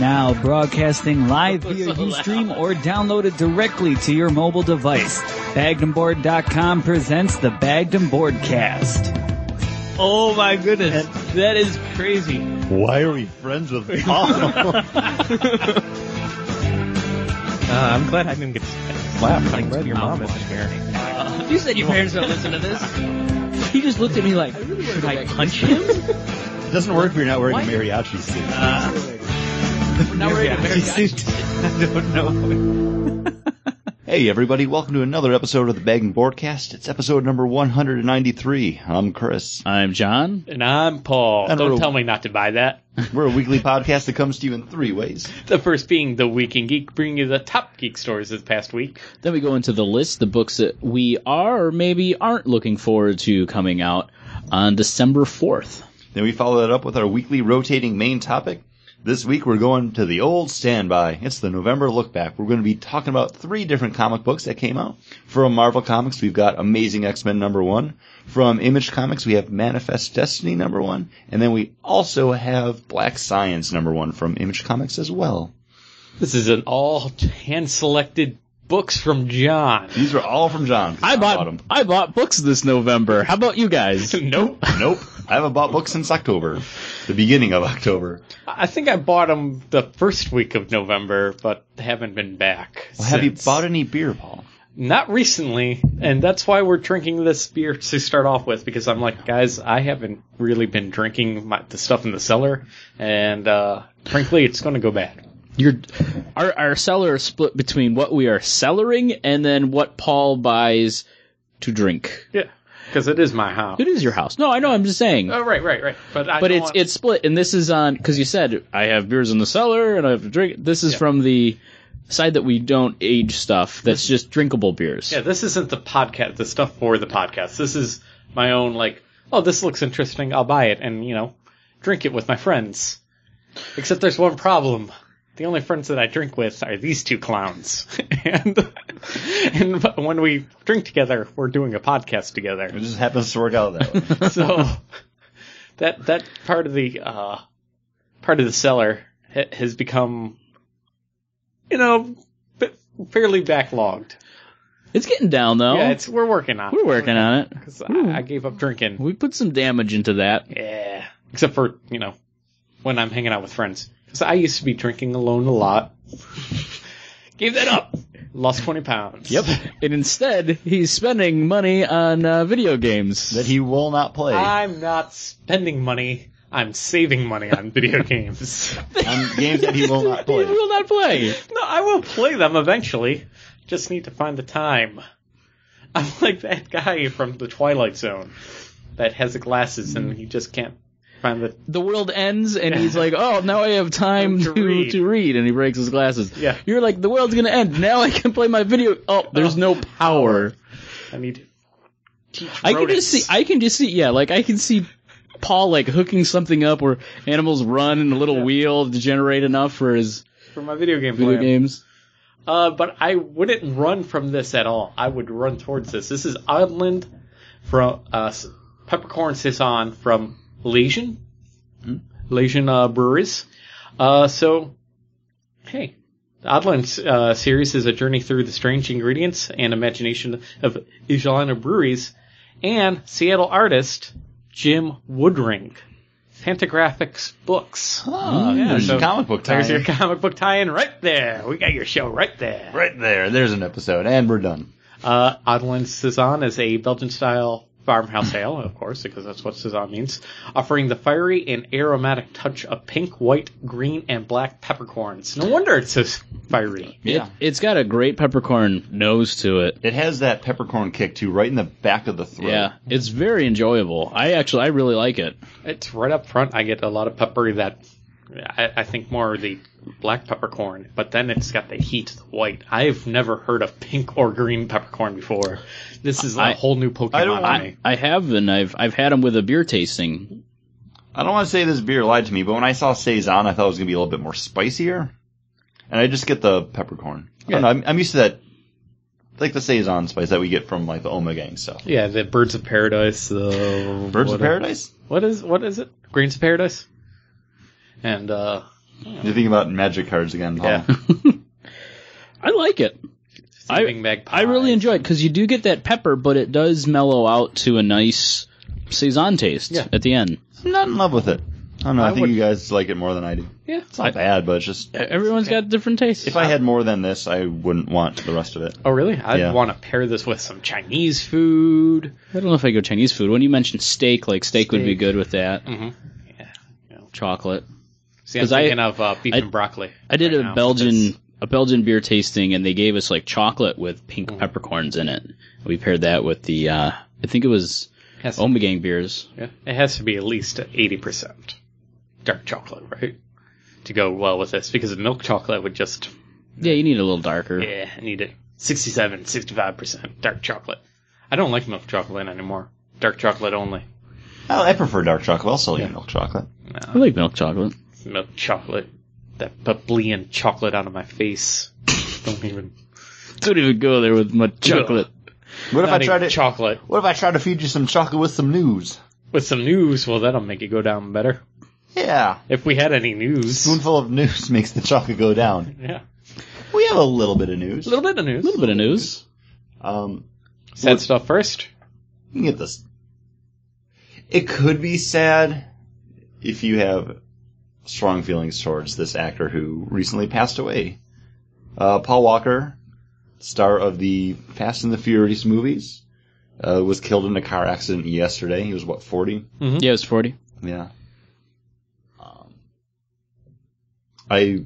Now broadcasting live via So loud. Ustream or downloaded directly to your mobile device. Bagdenboard.com presents the Bagden Boardcast. Oh my goodness, that is crazy. Why are we friends with Paul? Uh, I'm glad I didn't get slapped. I'm glad your mom isn't here. You said your parents don't listen to this. He just looked at me like, should I punch him? it doesn't work if you're not wearing Why? a mariachi suit. Uh, Now we're in America. I don't know. hey everybody, welcome to another episode of the Bagging Broadcast. It's episode number 193. I'm Chris. I'm John. And I'm Paul. And don't we're- tell me not to buy that. We're a weekly podcast that comes to you in three ways. The first being The Week in Geek, bringing you the top geek stories this past week. Then we go into the list, the books that we are or maybe aren't looking forward to coming out on December 4th. Then we follow that up with our weekly rotating main topic. This week we're going to the old standby. It's the November look back. We're going to be talking about three different comic books that came out. From Marvel Comics, we've got Amazing X-Men number one. From Image Comics, we have Manifest Destiny number one. And then we also have Black Science number one from Image Comics as well. This is an all hand selected books from John. These are all from John. 'cause I them. bought I bought books this November. How about you guys? Nope. Nope. I haven't bought books since October. The beginning of October. I think I bought them the first week of November, but haven't been back. Well, have you since. bought any beer, Paul? Not recently, and that's why we're drinking this beer to start off with. Because I'm like, guys, I haven't really been drinking my, the stuff in the cellar, and uh, frankly, it's going to go bad. Your our our cellar is split between what we are cellaring and then what Paul buys to drink. Yeah, because it is my house. It is your house. No, I know. I'm just saying. Oh, right, right, right. But I but don't it's want- it's split, and this is on because you said I have beers in the cellar and I have to drink. This is from the side that we don't age stuff. That's just drinkable beers. yeah. This isn't the podcast. The stuff for the podcast. This is my own like. Oh, this looks interesting. I'll buy it, and you know, drink it with my friends. Except there's one problem. The only friends that I drink with are these two clowns, and and when we drink together, we're doing a podcast together. It just happens to work out that way. so that that part of the uh, part of the cellar ha- has become, you know, b- fairly backlogged. It's getting down though. Yeah, it's we're working on. We're working on it. Because I, I gave up drinking. We put some damage into that. Yeah, except for you know when I'm hanging out with friends. Because I used to be drinking alone a lot. gave that up. Lost twenty pounds. and instead, he's spending money on uh, video games. that he will not play. I'm not spending money. I'm saving money on video games. on games that he will not he play. will not play. No, I will play them eventually. Just need to find the time. I'm like that guy from the Twilight Zone that has the glasses and he just can't find the. The world ends, and he's like, "Oh, now I have time To to read. to read," and he breaks his glasses. Yeah. you're like, "The world's gonna end. Now I can play my video." Oh, there's no power. I need to teach. I can just see. rodents. I can just see. Yeah, like I can see Paul like hooking something up where animals run in a little wheel to generate enough for his for my video game. video plan. games. Uh, but I wouldn't run from this at all. I would run towards this. This is Island from uh, S- Peppercorn Saison from Legion, Mm-hmm. Legion uh, Breweries. Uh, so, hey, the Oddland uh, series is a journey through the strange ingredients and imagination of Atlanta breweries and Seattle artist Jim Woodring. Fantagraphics Books. Ah, there's so- a comic book tie. There's your comic book tie-in right there. We got your show right there. right there. There's an episode, and we're done. Uh, Adelin Cezanne is a Belgian-style farmhouse ale, of course, because that's what Cezanne means, offering the fiery and aromatic touch of pink, white, green, and black peppercorns. No wonder it's so fiery. Yeah. It, it's got a great peppercorn nose to it. It has that peppercorn kick too, right in the back of the throat. Yeah, it's very enjoyable. I actually, I really like it. It's right up front. I get a lot of peppery that I, I think more of the black peppercorn, but then it's got the heat, of the white. I've never heard of pink or green peppercorn before. This is a I- whole new Pokemon I don't to want- me. I have, and I've I've had them with a beer tasting. I don't want to say this beer lied to me, but when I saw saison, I thought it was gonna be a little bit more spicier, and I just get the peppercorn. I don't know. I'm, I'm used to that, like the saison spice that we get from like the Omega and stuff. Yeah, the Birds of Paradise. The Birds what of Paradise. What is what is it? Greens of Paradise. And uh You're thinking about magic cards again, Paul. Yeah. I like it. I- Thieving magpie. I really enjoy it because you do get that pepper, but it does mellow out to a nice saison taste Yeah. at the end. I'm not in love with it. I don't know. I, I think would- you guys like it more than I do. Yeah, It's not bad, but it's just E, everyone's got different tastes. if I had more than this, I wouldn't want the rest of it. Oh, really? I'd Yeah. want to pair this with some Chinese food. I don't know if I go Chinese food. When you mentioned steak, like steak, would be Steak. good with that. Mhm. Chocolate. See, I'm 'Cause I- thinking of uh, beef I- and broccoli. I did right a now. Belgian a Belgian beer tasting, and they gave us like chocolate with pink Mm. peppercorns in it. We paired that with the uh, I think it was That's- Ombegang beers. Yeah, it has to be at least 80% dark chocolate, right? To go well with this, because milk chocolate would just, Yeah, you need a little darker. yeah, I need it. 67, 65% dark chocolate. I don't like milk chocolate anymore. Dark chocolate only. Oh, I, I prefer dark chocolate. I'll still eat milk chocolate. I like milk chocolate. It's milk chocolate. That bubbly chocolate out of my face. Don't even. Don't even go there with much chocolate. What if Not I tried even to? chocolate. what if I tried to feed you some chocolate with some news? With some news, well, that'll make it go down better. Yeah, If we had any news. spoonful of news makes the chocolate go down. Yeah. We have a little bit of news. A little bit of news. A little bit of news. Um, Sad stuff first. You can get this. It could be sad if you have strong feelings towards this actor who recently passed away. Uh, Paul Walker, star of the Fast and the Furious movies, uh, was killed in a car accident yesterday. He was, what, 40? Yeah, it was forty. Yeah. Um, I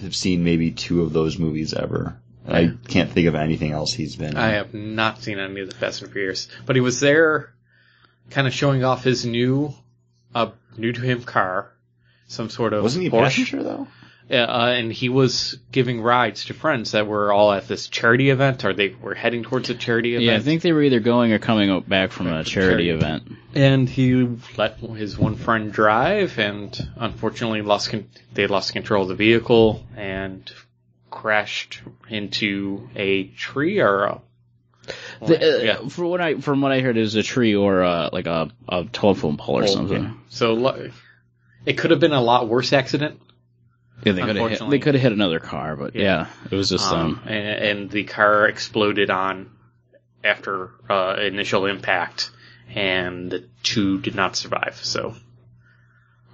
have seen maybe two of those movies ever. I can't think of anything else he's been in. I have not seen any of the Fast and Furious, but he was there, kind of showing off his new, uh, new to him car, some sort of Wasn't he a Porsche. passenger, though? Yeah, uh, and he was giving rides to friends that were all at this charity event, or they were heading towards a charity event. Yeah, I think they were either going or coming o- back from a charity charity. event. and he let his one friend drive, and unfortunately lost con- they lost control of the vehicle and crashed into a tree or a The, uh, Yeah. For what I from what I heard, it was a tree or uh, like a, a telephone pole or Pole, something. yeah. So lo- it could have been a lot worse accident, Yeah, they could have hit, Unfortunately. they could have hit another car, but yeah, Yeah. it was just um, um, and, and the car exploded on after uh, initial impact, and the two did not survive. So,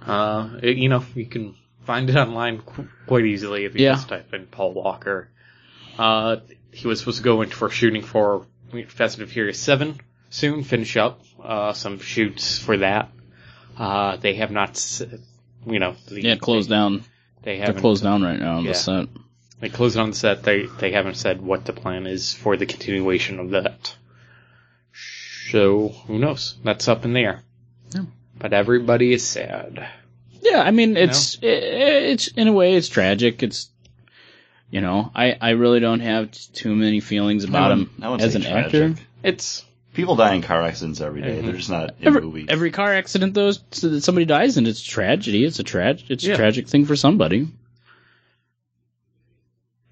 uh, it- you know, you can find it online qu- quite easily if you Yeah. just type in Paul Walker. Uh, he was supposed to go in for shooting for Fast and Furious Seven soon, finish up uh, some shoots for that. Uh, they have not, s- you know, the, yeah, closed down. They They're haven't closed down right now on Yeah. the set. They closed it on the set. They they haven't said what the plan is for the continuation of that. So who knows? That's up in the air. But everybody is sad. Yeah, I mean it's i it's in a way it's tragic. It's you know I I really don't have t- too many feelings about wouldn't- him I wouldn't as say an tragic. actor. Mm-hmm. It's People die in car accidents every day. They're just not in Every, movies. every car accident though, is- so that somebody dies and it's tragedy. It's a trag it's a Yeah. tragic thing for somebody.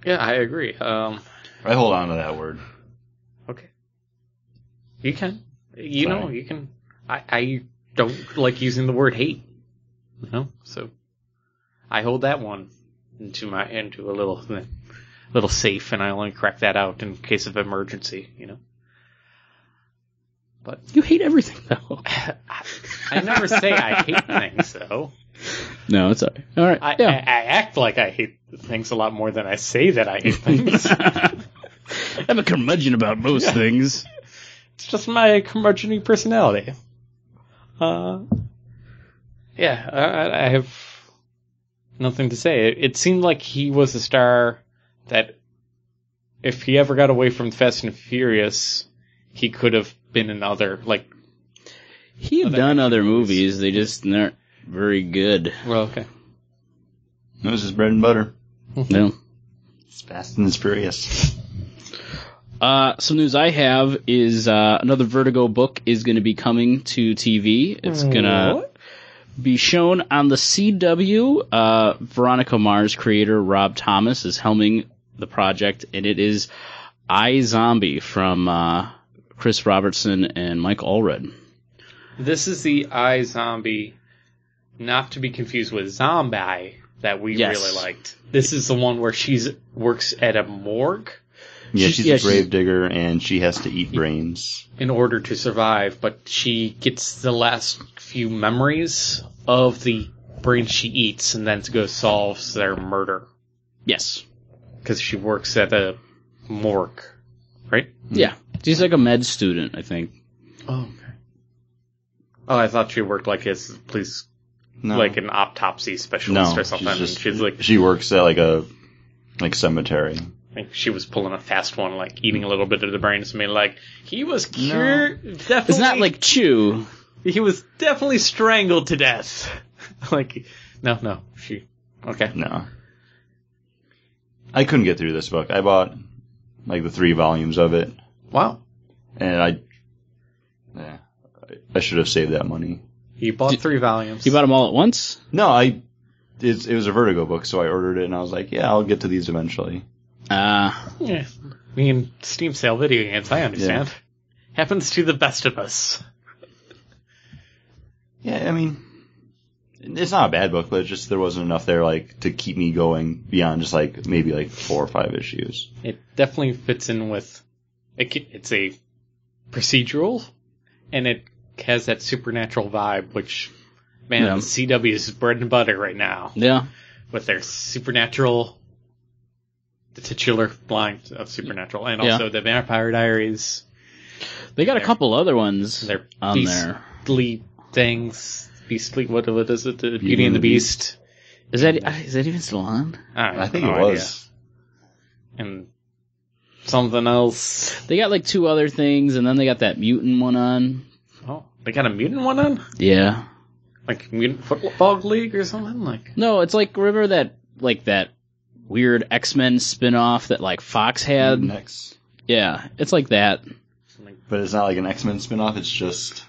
yeah, I agree. Um, I hold on to that word. okay. You can, you Sorry. know, you can. I I don't like using the word hate. You know, so I hold that one into my into a little thing, little safe, and I only crack that out in case of emergency. You know. But You hate everything though. I never say I hate things, though. no, it's all right. All right, I, I, yeah. I act like I hate things a lot more than I say that I hate things. I'm a curmudgeon about most things. it's just my curmudgeon personality. Uh, yeah, I- I, I have nothing to say. It, it seemed like he was a star that if he ever got away from Fast and Furious, he could have been another, like, He had done other movies. They just aren't very good. well, okay. It was just bread and butter. No. It's fast and it's furious. Uh, some news I have is uh, another Vertigo book is going to be coming to TV. It's going to be shown on the CW. Uh, Veronica Mars creator Rob Thomas is helming the project, and it is I Zombie from uh, Chris Robertson and Mike Allred. This is the I Zombie, not to be confused with Zombie, that we Yes. really liked. This is the one where she's works at a morgue Yeah, She- she's yeah, a she's- gravedigger and she has to eat brains. in order to survive, but she gets the last few memories of the brain she eats and then to go solves their murder Yes. because she works at a morgue, right? Yeah. She's like a med student, I think. Oh, okay. Oh, I thought she worked like as police, No. like an autopsy specialist no, or something. She's, She's, just- she's like, she works at like a like cemetery. I think she was pulling a fast one, like eating a little bit of the brains. I mean, like he was cure, definitely. It's not like chew. he was definitely strangled to death. like, no, no, she. Okay. No. I couldn't get through this book. I bought like the three volumes of it, Wow. and I, yeah, I- I should have saved that money. You bought three volumes. You bought them all at once? No, I, it's, it was a Vertigo book, so I ordered it, and I was like, yeah, I'll get to these eventually. Uh, Yeah. I mean, Steam sale video games. I understand. Happens to the best of us. Yeah, I mean, it's not a bad book, but it's just there wasn't enough there like to keep me going beyond just like maybe like four or five issues. It definitely fits in with. It, ca- it's a procedural, and it has that supernatural vibe, which, man, Yeah. CW is bread and butter right now yeah. with their supernatural, the titular line of supernatural, and Yeah. also the Vampire Diaries, They got a They're- couple other ones their on there. beastly things, beastly. What, what is it? The Beauty, and the Beast. Is that uh, is that even still on? I, have I think no it was. idea. and something else. They got like two other things, and then they got that mutant one on. Oh, they got a mutant one on. Yeah. like mutant football league or something like No, it's like remember that like that weird X Men spin off that like Fox had. Mm, Next, Yeah, it's like that. but it's not like an X Men spin off. It's just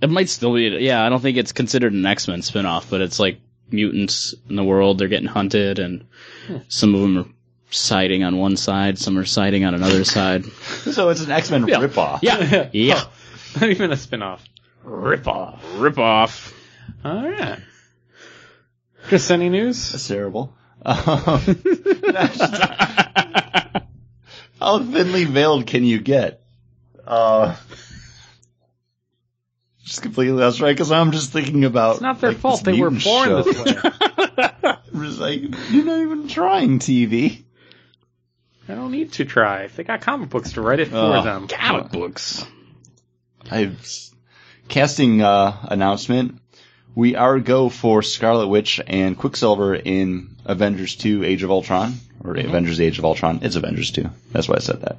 It might still be. Yeah, I don't think it's considered an X Men spin off, but it's like mutants in the world. They're getting hunted, and some of them are siding on one side, some are siding on another side. so it's an X Men Yeah. ripoff. Yeah, yeah, not even a spin-off rip off rip off. all right chris any news That's terrible. Um, that's just- how thinly veiled can you get? Uh, just completely. That's right. Because I'm just thinking about. it's not their like, fault this they were mutant born show. this way I'm just like you're not even trying TV. i don't need to try they got comic books to write it for Oh, them Comic books. I casting uh, announcement. We are go for Scarlet Witch and Quicksilver in Avengers 2 Age of Ultron, or Avengers Age of Ultron. It's Avengers 2. That's why I said that.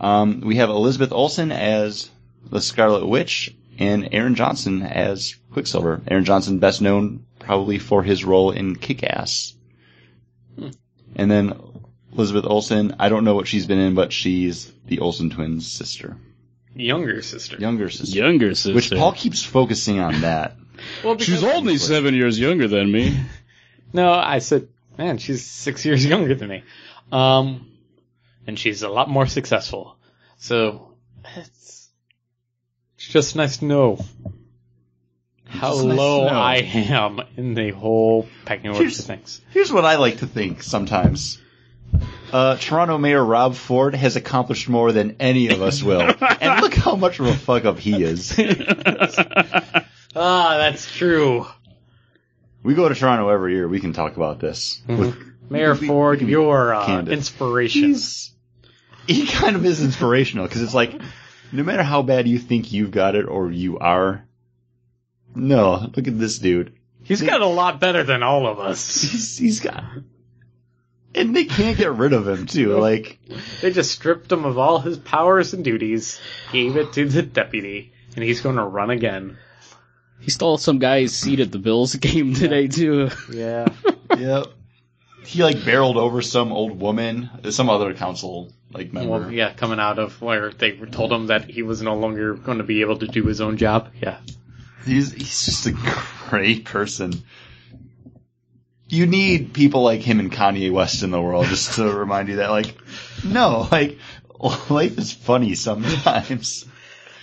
Um, we have Elizabeth Olsen as the Scarlet Witch and Aaron Johnson as Quicksilver. Aaron Johnson best known probably for his role in Kick-Ass. And then Elizabeth Olsen, I don't know what she's been in, but she's the Olsen twins' sister. younger sister Younger sister. Younger sister. Which Paul keeps focusing on that. well because- only seven years younger than me. no i said man she's six years younger than me um and she's a lot more successful so it's it's just nice to know how just nice to low know. I am in the whole pecking order of Here's- things. Here's what I like to think sometimes. Uh, Toronto Mayor Rob Ford has accomplished more than any of us will. and look how much of a fuck up he is. Ah, that's true. We go to Toronto every year. We can talk about this. With- Mayor We- we Ford, can be your uh, candid. inspiration. he's, he kind of is inspirational because it's like, no matter how bad you think you've got it or you are, no, look at this dude. He's got a lot better than all of us. He's, he's got, and they can't get rid of him too. Like, They just stripped him of all his powers and duties, gave it to the deputy, and he's going to run again. He stole some guy's seat at the Bills game today too. Yeah. yep. He like barreled over some old woman, uh, some other council like member. Well, yeah, coming out of where they were- told him that he was no longer going to be able to do his own job. Yeah. He's he's just a great person. You need people like him and Kanye West in the world just to remind you that like no, like life is funny sometimes.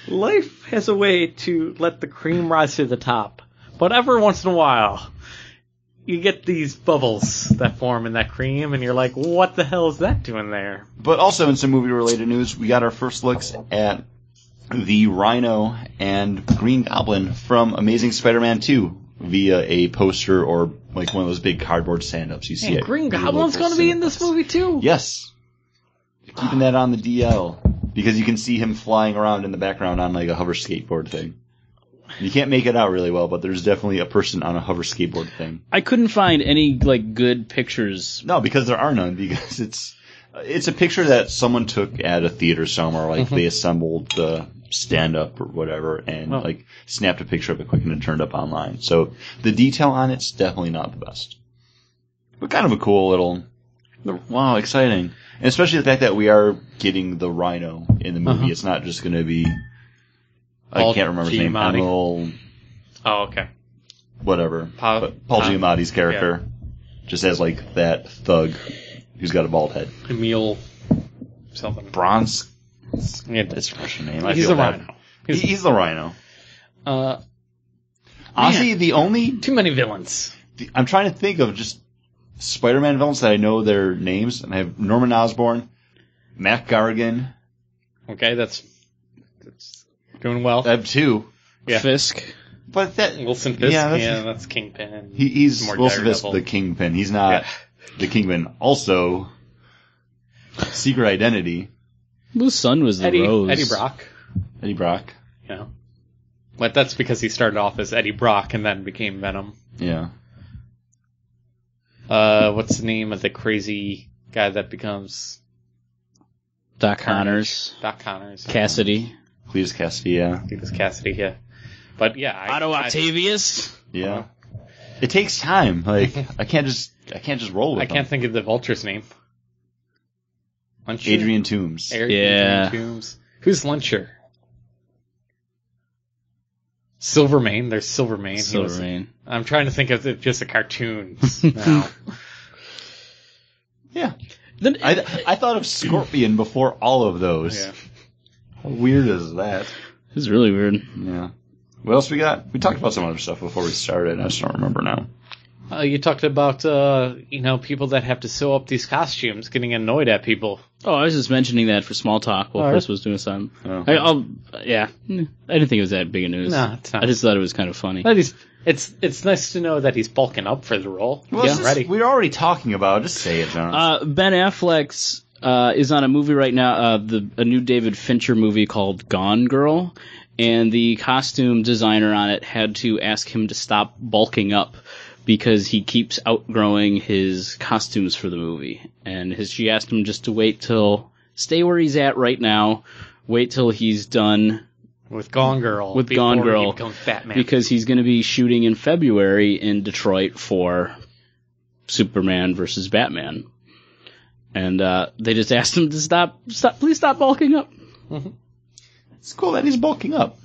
Life has a way to let the cream rise to the top, but every once in a while, you get these bubbles that form in that cream, and you're like, what the hell is that doing there? But also in some movie related news, we got our first looks at the Rhino and Green Goblin from Amazing Spider-Man 2 via a poster or like one of those big cardboard stand-ups you see. And at Green your Goblin's local going to be in this cinemas. movie too. Yes. Keeping that on the DL because you can see him flying around in the background on like a hover skateboard thing. You can't make it out really well, but there's definitely a person on a hover skateboard thing. I couldn't find any like good pictures. No, because there are none. Because it's it's a picture that someone took at a theater somewhere. Like they assembled the stand up or whatever, and Oh. like snapped a picture of it quick and then turned up online. So the detail on it's definitely not the best, but kind of a cool little. Wow, exciting! And especially the fact that we are getting the Rhino in the movie. Uh-huh. It's not just going to be. I Paul can't remember his name. Giamatti. Emil, Oh, okay. whatever. Pa- but Paul Pa- Giamatti's character just has like that thug who's got a bald head. Emil, something. Bronze. Yeah, That's that's- his Russian name. I He's feel a bad. rhino. He's- He- he's the rhino. Uh, Honestly, the only too many villains. the- I'm trying to think of just Spider-Man villains that I know their names, and I have Norman Osborn, Matt Gargan. Okay, that's, that's doing well. I have two, Yeah. Fisk. but that Wilson Fisk, Yeah, yeah, that's- that's, Kingpin. he, he's More Wilson Fisk, Daredevil. the Kingpin. He's not Yeah. the Kingpin. Also, Secret Identity, Whose son was the Eddie, Rose? Eddie Brock. Eddie Brock. You know, but that's because he started off as Eddie Brock and then became Venom. Yeah, Uh, what's the name of the crazy guy that becomes Doc Connors. Doc Connors? Cassidy. Cletus Cassidy. Yeah, I think it's Cassidy. Yeah, but yeah, I, Otto I, Octavius. yeah. It takes time. Like I can't just I can't just roll with I them. can't think of the Vulture's name. Luncher. Adrian Toombs. Adrian Yeah. Toombs. Who's Luncher? Silvermane. There's Silvermane. He was- Silvermane. I'm trying to think of the, just the cartoons now. Yeah. Then I, I thought of Scorpion before all of those. yeah. How weird is that? this is really weird. Yeah. What else we got? We talked about some other stuff before we started. I just don't remember now. Uh, you talked about uh, you know people that have to sew up these costumes getting annoyed at people. Oh, I was just mentioning that for small talk while All right. Chris was doing something. Oh. I, I'll, yeah, Mm, I didn't think it was that big a news. No, it's not. I just thought it was kind of funny. But he's, it's it's nice to know that he's bulking up for the role. Well, yeah, it's just- ready. we're already talking about. it. Just say it, John. Uh, ben Affleck's uh, is on a movie right now, uh, the a new David Fincher movie called Gone Girl, and the costume designer on it had to ask him to stop bulking up because he keeps outgrowing his costumes for the movie, and his she asked him just to wait till stay where he's at right now, wait till he's done with Gone Girl. With before Gone Girl. he becomes Batman. because he's going to be shooting in February in Detroit for Superman versus Batman. And uh, they just asked him to stop, stop, please stop bulking up. it's cool that he's bulking up.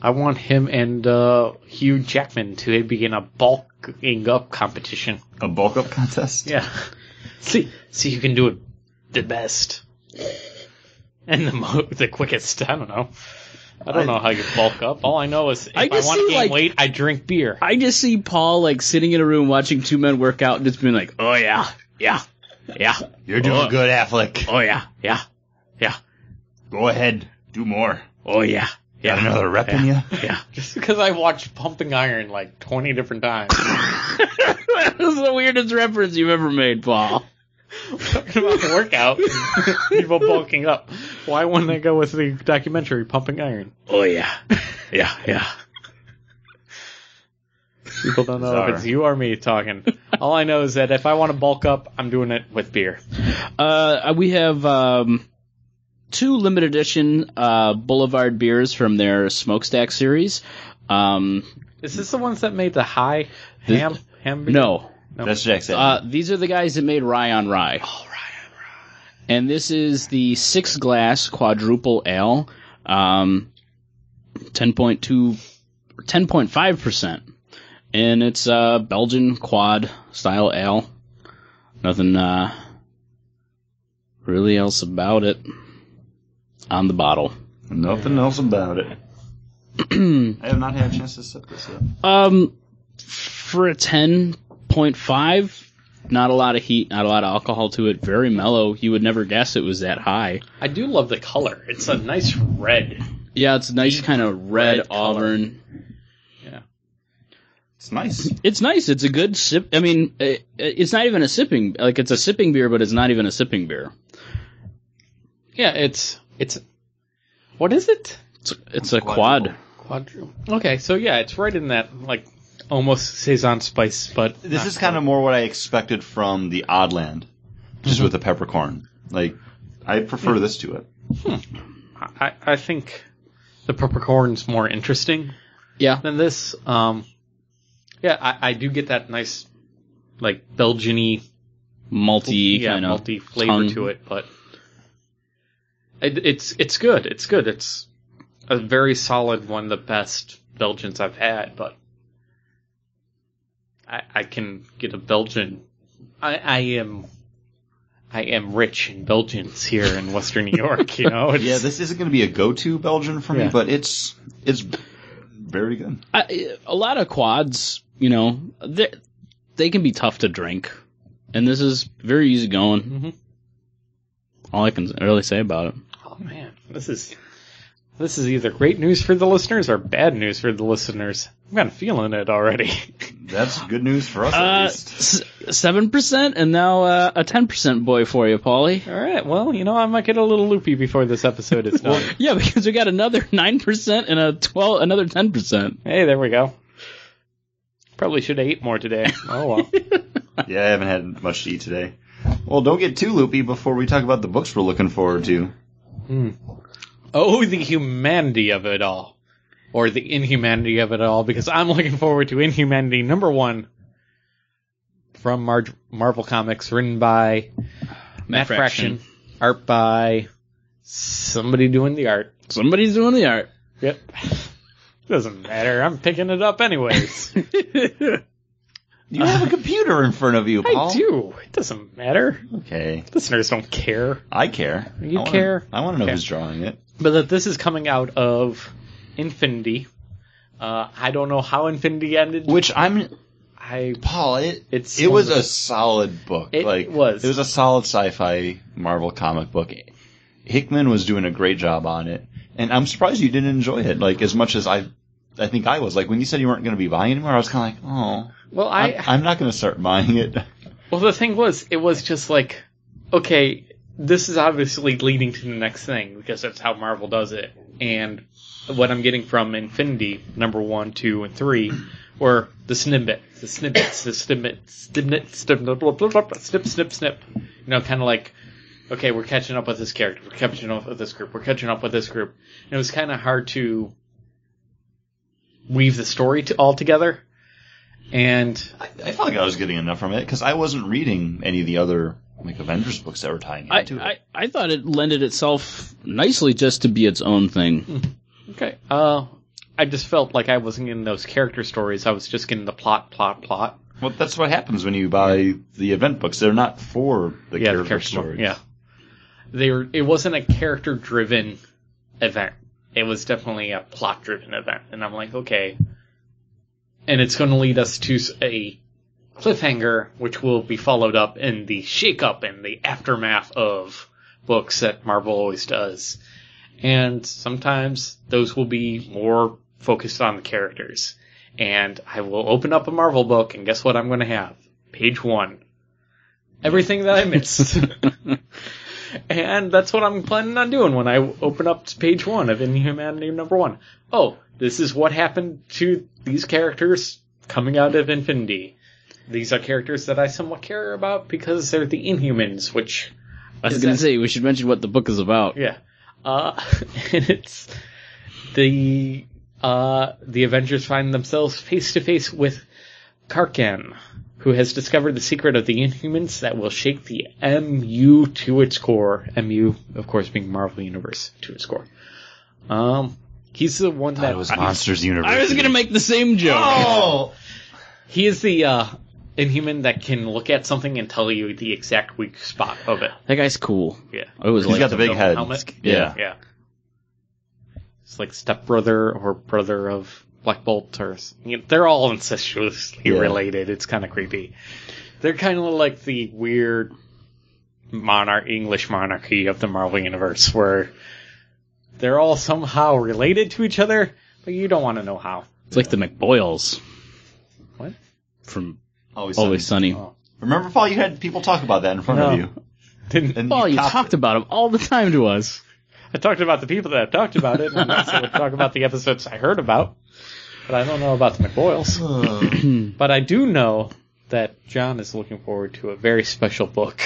I want him and uh, Hugh Jackman to begin a bulking up competition. A bulk up contest. Yeah, see see who can do it the best and the mo- the quickest. I don't know. I don't I- know how you bulk up. All I know is if I I, can want to see, gain like- weight, I drink beer. I just see Paul like sitting in a room watching two men work out and just being like, oh yeah, yeah, yeah, You're doing Oh. good, uh, Affleck. oh yeah, yeah, yeah, Go ahead, do more. oh yeah, Got yeah, another rep in you. yeah. Just because I watched Pumping Iron like 20 different times. this is "Oh, the weirdest reference you've ever made, Paul. Talking about the workout, and people bulking up. Why wouldn't I go with the documentary Pumping Iron? Oh yeah, yeah, yeah. People don't know Sorry. if it's you or me talking. All I know is that if I want to bulk up, I'm doing it with beer. Uh, we have um, two limited edition uh, Boulevard beers from their Smokestack series. Um, Is this the ones that made the high ham? ham beer? no, That's Jackson. uh, these are the guys that made Rye on Oh, Rye. And this is the six glass quadruple ale, um, 10.2, 10.5%. And it's uh, Belgian quad style ale. Nothing uh, really else about it on the bottle. Nothing else about it. I have not had a chance to sip this yet. Um, for a 10.5, not a lot of heat, not a lot of alcohol to it. Very mellow. You would never guess it was that high. I do love the color. It's a nice red. Yeah, it's a nice kind of red, Red color. auburn. It's nice. It's nice. It's a good sip. I mean, it, it's not even a sipping. Like it's a sipping beer, but it's not even a sipping beer. Yeah, it's it's. What is it? It's, it's a quad. Quadru. Okay, so yeah, it's right in that like almost saison spice, but This is kind of more what I expected from the Oddland, Mm-hmm. just with the peppercorn. Like, I prefer this to it. I I think the peppercorn's more interesting Yeah, than this. Um, yeah, I, I do get that nice like Belgian-y malty yeah, kind of multi flavor to it, but it, it's it's good. It's good. It's a very solid one, of the best Belgians I've had, but I, I can get a Belgian. I, I am. I am rich in Belgians here in Western New York, you know. It's, Yeah, this isn't going to be a go-to Belgian for Yeah. me, but it's it's very good. I, a lot of quads, you know, they they can be tough to drink, and this is very easy going. Mm-hmm. Mhm. All I can really say about it. oh man, this is this is either great news for the listeners or bad news for the listeners. I'm kind of feeling it already. That's good news for us, at Uh, least. seven percent, and now uh, a ten percent boy for you, Paulie. All right, well, you know, I might get a little loopy before this episode is done. Yeah, because we got another nine percent and a twelve, another ten percent. Hey, there we go. Probably should have ate more today. Oh well. Yeah, I haven't had much to eat today. Well, don't get too loopy before we talk about the books we're looking forward to. oh, the humanity of it all. Or the inhumanity of it all, because I'm looking forward to Inhumanity number one from Mar- Marvel Comics, written by Matt Fraction. art by somebody doing the art. Somebody's doing the art. Yep. Doesn't matter. I'm picking it up anyways. You have a computer in front of you, Paul. I do. It doesn't matter. Okay, Listeners don't care. I care. You I wanna- care? I want to know Okay. who's drawing it. but that this is coming out of Infinity. Uh, I don't know how Infinity ended. Which I'm, I Paul. It It's it was one of a solid book. It like was. It was a solid sci-fi Marvel comic book. Hickman was doing a great job on it, and I'm surprised you didn't enjoy it like as much as I. I think I was like when you said you weren't going to be buying anymore. I was kind of like, oh, well, I, I am I'm not going to start buying it. well the thing was, it was just like, okay, this is obviously leading to the next thing because that's how Marvel does it. And what I'm getting from Infinity number one, two, and three were the snippets, the snippets, the snippets, snip, snip, blah, blah, blah, blah, blah, snip, snip, snip. You know, kind of like. Okay, we're catching up with this character. We're catching up with this group. We're catching up with this group. And it was kind of hard to weave the story to, all together. And I, I felt like I was getting enough from it because I wasn't reading any of the other like Avengers books that were tying I, into I, it. I thought it lended itself nicely just to be its own thing. Okay. Uh, I just felt like I wasn't getting those character stories. I was just getting the plot, plot, plot. Well, that's what happens when you buy the event books. They're not for the yeah, character the character stories. story. Yeah. They were, it wasn't a character driven event. It was definitely a plot driven event. And I'm like, okay. And it's going to lead us to s- a cliffhanger, which will be followed up in the shakeup and the aftermath of books that Marvel always does. And sometimes those will be more focused on the characters. And I will open up a Marvel book, and guess what I'm going to have? Page one. Everything that I missed. and that's what I'm planning on doing when I open up to page one of Inhumanity number one. Oh, this is what happened to these characters coming out of Infinity. These are characters that I somewhat care about because they're the Inhumans, which I was Is going that- to say, we should mention what the book is about. yeah. Uh, and it's the uh, the Avengers find themselves face to face with Karkan, who has discovered the secret of the Inhumans that will shake the MU to its core. MU, of course, being Marvel Universe to its core. Um, he's the one that That was Monsters University. I was going to make the same joke. Oh, he is the uh, Inhuman that can look at something and tell you the exact weak spot of it. That guy's cool. Yeah. I was he's like, got the big dome head. helmet? Yeah. Yeah. It's like stepbrother or brother of Black Bolt or you know, they're all incestuously Yeah. related. It's kind of creepy. They're kind of like the weird monarch English monarchy of the Marvel universe where they're all somehow related to each other, but you don't want to know how. It's like the McBoyles What? from Always, Always sunny. Sunny. Oh. Remember, Paul, you had people talk about that in front No. of you. Didn't And Paul, Oh, you copped talked about him all the time to us. I talked about the people that have talked about it, and also talk about the episodes I heard about. But I don't know about the McBoyles. it. Hmm. But I do know that John is looking forward to a very special book.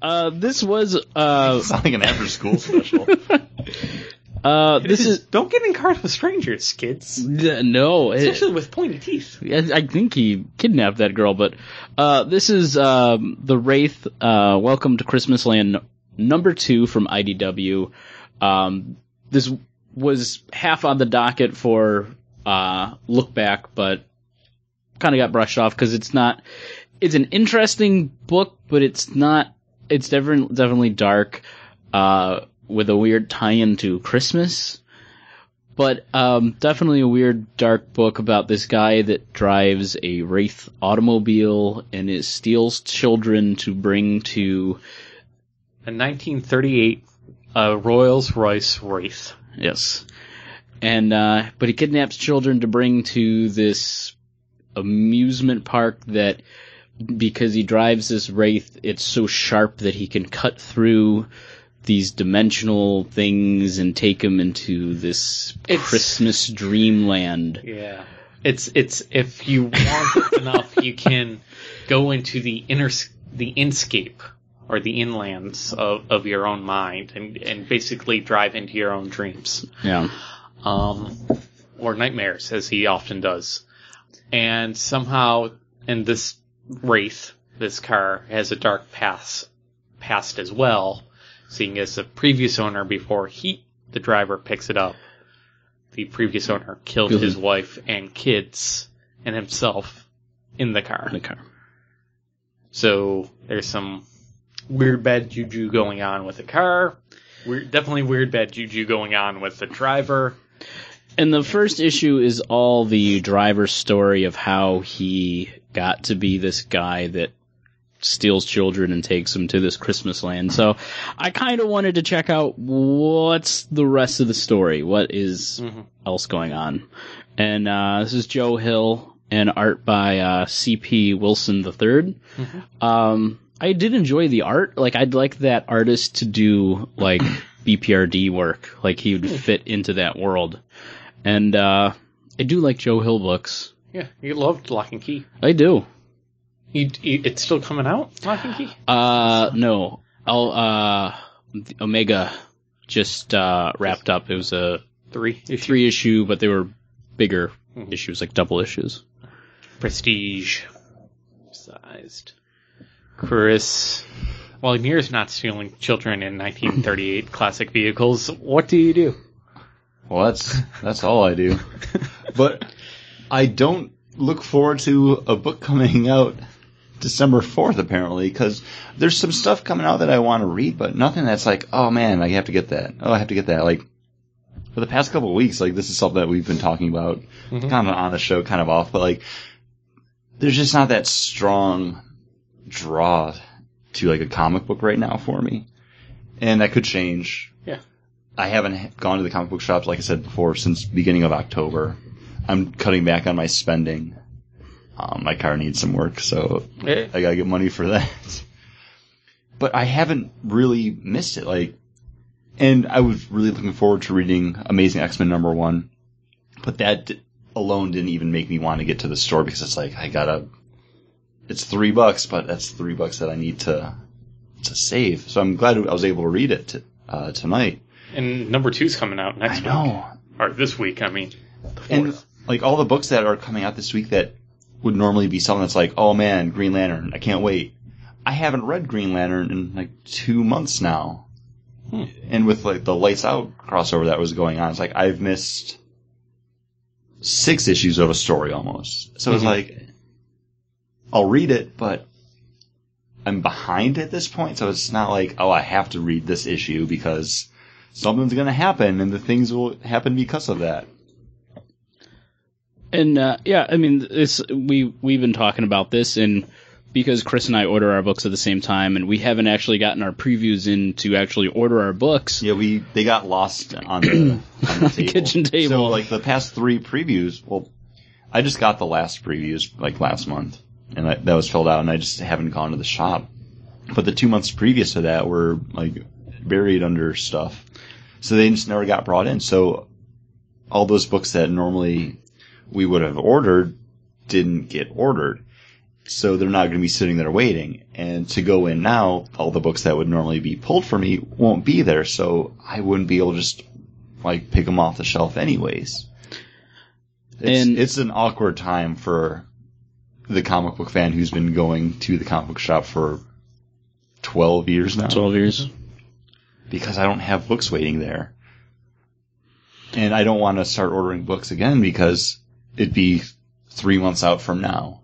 Uh, this was uh, It's not like an after-school special. uh, this is don't get in cars with strangers, kids, th- no. It, especially with pointy teeth. I I think he kidnapped that girl, but uh, this is um, the Wraith. Uh, Welcome to Christmas Land number two from IDW. Um, this was half on the docket for uh, look back, but kind of got brushed off because it's not. It's an interesting book, but it's not. It's definitely definitely dark, uh, with a weird tie-in to Christmas but um, definitely a weird, dark book about this guy that drives a wraith automobile and it steals children to bring to A 1938 uh, Royals Royce Wraith. yes, and uh, but he kidnaps children to bring to this amusement park that because he drives this wraith, it's so sharp that he can cut through these dimensional things and take him into this It's- Christmas dreamland. Yeah. It's it's if you want it enough, you can go into the inner the inscape or the inlands of, of your own mind and, and basically drive into your own dreams Yeah. um, or nightmares, as he often does. And somehow, and this wraith, this car has a dark past, past as well, seeing as the previous owner before he, the driver, picks it up. The previous owner killed Killed his him. wife and kids and himself in the car. in the car. So there's some weird bad juju going on with the car. Weird, definitely weird bad juju going on with the driver. And the first issue is all the driver's story of how he got to be this guy that steals children and takes them to this Christmas land. So I kind of wanted to check out what's the rest of the story. What is else going on? And uh, this is Joe Hill and art by uh, C.P. Wilson III. Um, I did enjoy the art. Like, I'd like that artist to do like BPRD work. Like, he would fit into that world. And uh, I do like Joe Hill books. Yeah, you loved Lock and Key. I do. You, you, it's still coming out, Lock and Key. Uh, no. I'll, uh, Omega just uh, wrapped up. It was a Three, issue. three issue, but they were bigger issues, like double issues. prestige sized. Chris, while Nier's not stealing children in 1938 classic vehicles, what do you do? Well, that's that's all I do. But I don't look forward to a book coming out December fourth, apparently, because there's some stuff coming out that I want to read, but nothing that's like, oh man, I have to get that. Oh, I have to get that. Like for the past couple of weeks, like this is something that we've been talking about, kind of on the show, kind of off, but like there's just not that strong draw to like a comic book right now for me, and that could change. Yeah. I haven't h- gone to the comic book shops, like I said before, since beginning of October. I'm cutting back on my spending. Um, my car needs some work, so Eh, I gotta get money for that. But I haven't really missed it. Like, and I was really looking forward to reading Amazing X Men number one, but that d- alone didn't even make me want to get to the store because it's like I gotta. It's three bucks, but that's three bucks that I need to to save. So I'm glad I was able to read it t- uh, tonight. And number two's coming out I next week. know. Or this week, I mean. And like all the books that are coming out this week that would normally be something that's like, oh man, Green Lantern, I can't wait. I haven't read Green Lantern in like two months now. And with like the lights out crossover that was going on, it's like I've missed six issues of a story almost. So it's Mhm. like I'll read it, but I'm behind at this point, so it's not like, oh I have to read this issue because something's gonna happen and the things will happen because of that. And uh, yeah, I mean, it's we we've been talking about this, and because Chris and I order our books at the same time, and we haven't actually gotten our previews in to actually order our books. Yeah, we they got lost on the, on the table. kitchen table. So like the past three previews, well, I just got the last previews like last month, and I, that was filled out, and I just haven't gone to the shop. But the two months previous to that were like buried under stuff, so they just never got brought in. So all those books that normally we would have ordered didn't get ordered. So they're not going to be sitting there waiting. And to go in now, all the books that would normally be pulled for me won't be there. So I wouldn't be able to just like pick them off the shelf anyways. It's, And- it's an awkward time for the comic book fan who's been going to the comic book shop for 12 years now Twelve years. because I don't have books waiting there. And I don't want to start ordering books again because it'd be three months out from now.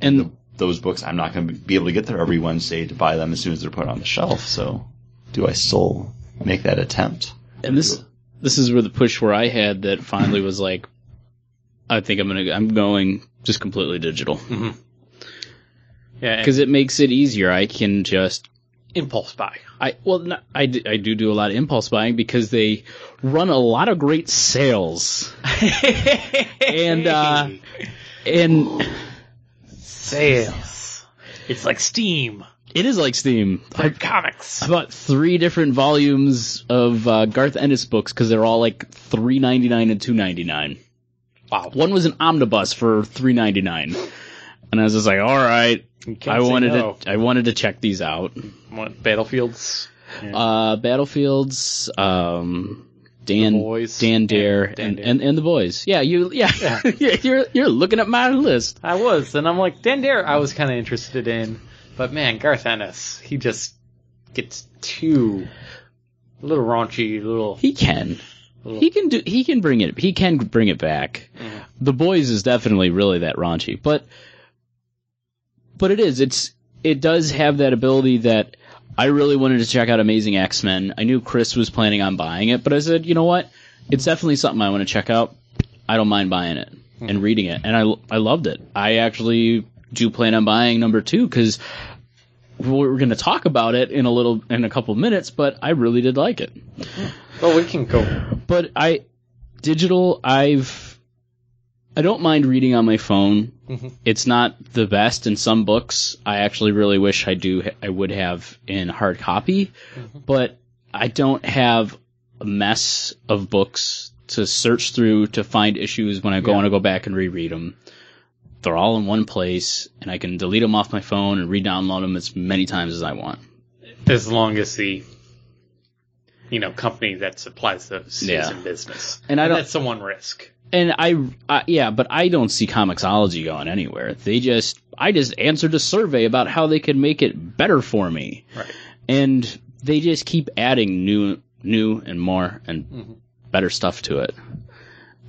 And The, those books, I'm not going to be able to get there every Wednesday to buy them as soon as they're put on the shelf. So do I still make that attempt? and this this is where the push where I had that finally was like, I think I'm gonna I'm going just completely digital Yeah, because it makes it easier. I can just impulse buy. I well no, I d- I do do a lot of impulse buying because they run a lot of great sales and uh and Sales. It's like Steam. it is like Steam. I comics. I bought three different volumes of uh, Garth Ennis books because they're all like three ninety nine and two ninety nine. Wow. One was an omnibus for three ninety nine, and I was just like, all right. I wanted to I wanted to check these out. it. Battlefields. Uh, Battlefields, um, Dan, The Boys. Dan Dare, Dan and, Dare. and and the boys. Yeah, you yeah, yeah. you're you're looking at my list. I was, and I'm like, Dendare I was kind of interested in, but man, Garth Ennis, he just gets too a little raunchy, a little. He can. He can do. He can bring it. He can bring it back. Mm. The boys is definitely really that raunchy, but but it is. It's it does have that ability that I really wanted to check out Amazing X Men. I knew Chris was planning on buying it, but I said, you know what? It's definitely something I want to check out. I don't mind buying it and reading it, and I I loved it. I actually do plan on buying number two because we're going to talk about it in a little in a couple minutes, but I really did like it Well, we can go. but I digital I've I don't mind reading on my phone. It's not the best in some books. I actually really wish I do I would have in hard copy, but I don't have a mess of books to search through to find issues when I go want to go back and reread them. They're all in one place and I can delete them off my phone and re-download them as many times as I want. As long as the, you know, company that supplies those Yeah. is in business, And I don't- That's the one risk. and I, uh, yeah, but I don't see Comixology going anywhere. They just, I just answered a survey about how they could make it better for me, Right. and they just keep adding new, new and more and better stuff to it.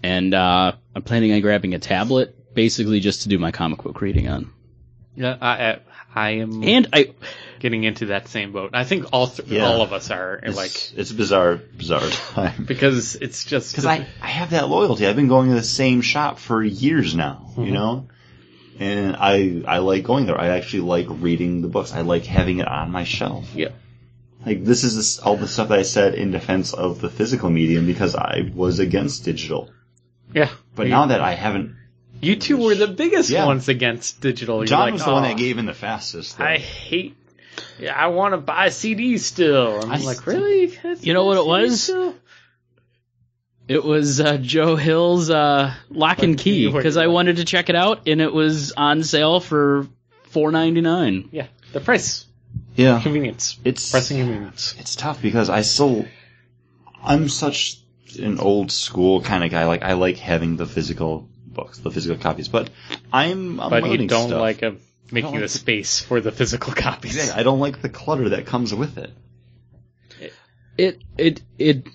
And uh, I'm planning on grabbing a tablet, basically just to do my comic book reading on. Yeah, I, I, I am And I, getting into that same boat. I think all th- Yeah. all of us are like It's, it's a bizarre, bizarre time. because it's just Because I, I have that loyalty. I've been going to the same shop for years now, you know? And I, I like going there. I actually like reading the books. I like having it on my shelf. yeah. like this is this, all the stuff that I said in defense of the physical medium because I was against digital. Yeah. But now that I haven't, You two were the biggest Yeah. ones against digital. You're John like, was the one "Aw, that gave in the fastest. though. I hate. Yeah, I want to buy CDs still. I'm I like, still- really? That's- You know what it CDs was? still?" it was uh, Joe Hill's uh, Lock and Key because I wanted to check it out, and it was on sale for four ninety nine. Yeah, the price, yeah, convenience, it's pressing convenience. it's tough because I still, I'm such an old school kind of guy. Like I like having the physical books, the physical copies, but I'm, I'm But you learning don't stuff. like a, making like the it. space for the physical copies. Yeah, I don't like the clutter that comes with it. it it it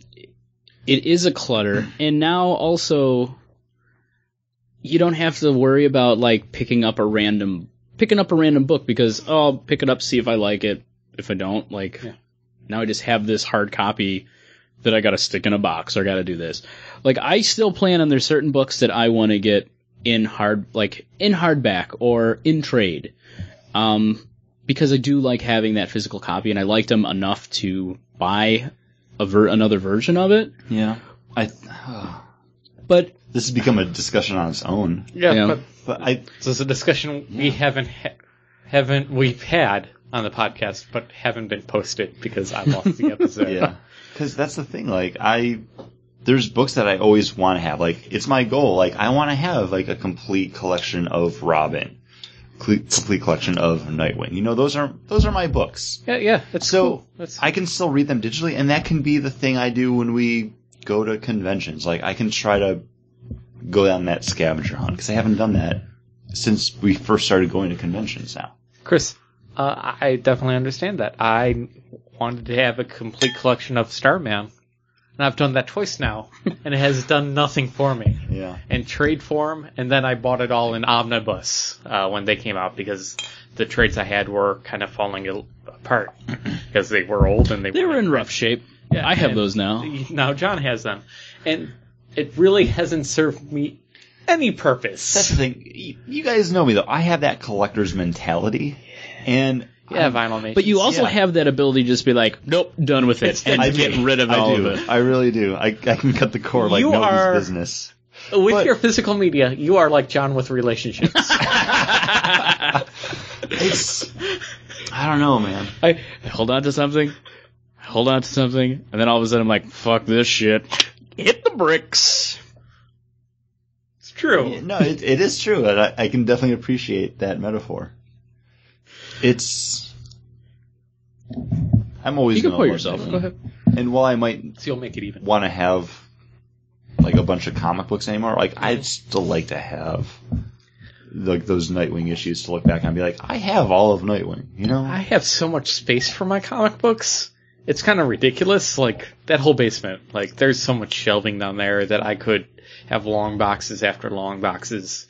it is a clutter and now also you don't have to worry about like picking up a random picking up a random book because oh, I'll pick it up see if I like it if I don't like now I just have this hard copy that I got to stick in a box or got to do this. Like I still plan on there's certain books that I want to get in hard, like in hardback or in trade, um, because I do like having that physical copy and I liked them enough to buy a ver- another version of it. Yeah. I. uh, But This has become a discussion on its own. Yeah, Yeah. but But I. this is a discussion we haven't ha- haven't we've had on the podcast, but haven't been posted because I lost the episode. Yeah. Because that's the thing. Like I. There's books that I always want to have. Like it's my goal. Like I want to have like a complete collection of Robin, cle- complete collection of Nightwing. You know, those are those are my books. yeah, yeah. That's So cool. That's, I can still read them digitally, and that can be the thing I do when we go to conventions. Like I can try to go down that scavenger hunt because I haven't done that since we first started going to conventions. Now, Chris, uh, I definitely understand that. I wanted to have a complete collection of Starman, and I've done that twice now, and it has done nothing for me. yeah, In trade form, and then I bought it all in omnibus uh, when they came out because the trades I had were kind of falling al- apart because they were old and they, they were weren't- in rough shape. Yeah, I have and- those now. Now John has them, and it really hasn't served me any purpose. that's the thing. Y- You guys know me though. I have that collector's mentality, and yeah, vinyl nation. But you also Yeah. have that ability to just be like, nope, done with it, and I get do. rid of I all do. of it. I really do. I, I can cut the core like You nobody's are- business. with but- your physical media, you are like John with relationships. It's I don't know, man. I hold on to something, hold on to something, and then all of a sudden I'm like, fuck this shit. Hit the bricks. it's true. No, it, it is true, and I, I can definitely appreciate that metaphor. It's. I'm always. You can gonna pull love yourself. it. Go ahead. And while I might So you'll make it even. want to have like a bunch of comic books anymore, like I'd still like to have like those Nightwing issues to look back on and be like, I have all of Nightwing. You know, I have so much space for my comic books. It's kind of ridiculous. Like that whole basement. Like there's so much shelving down there that I could have long boxes after long boxes.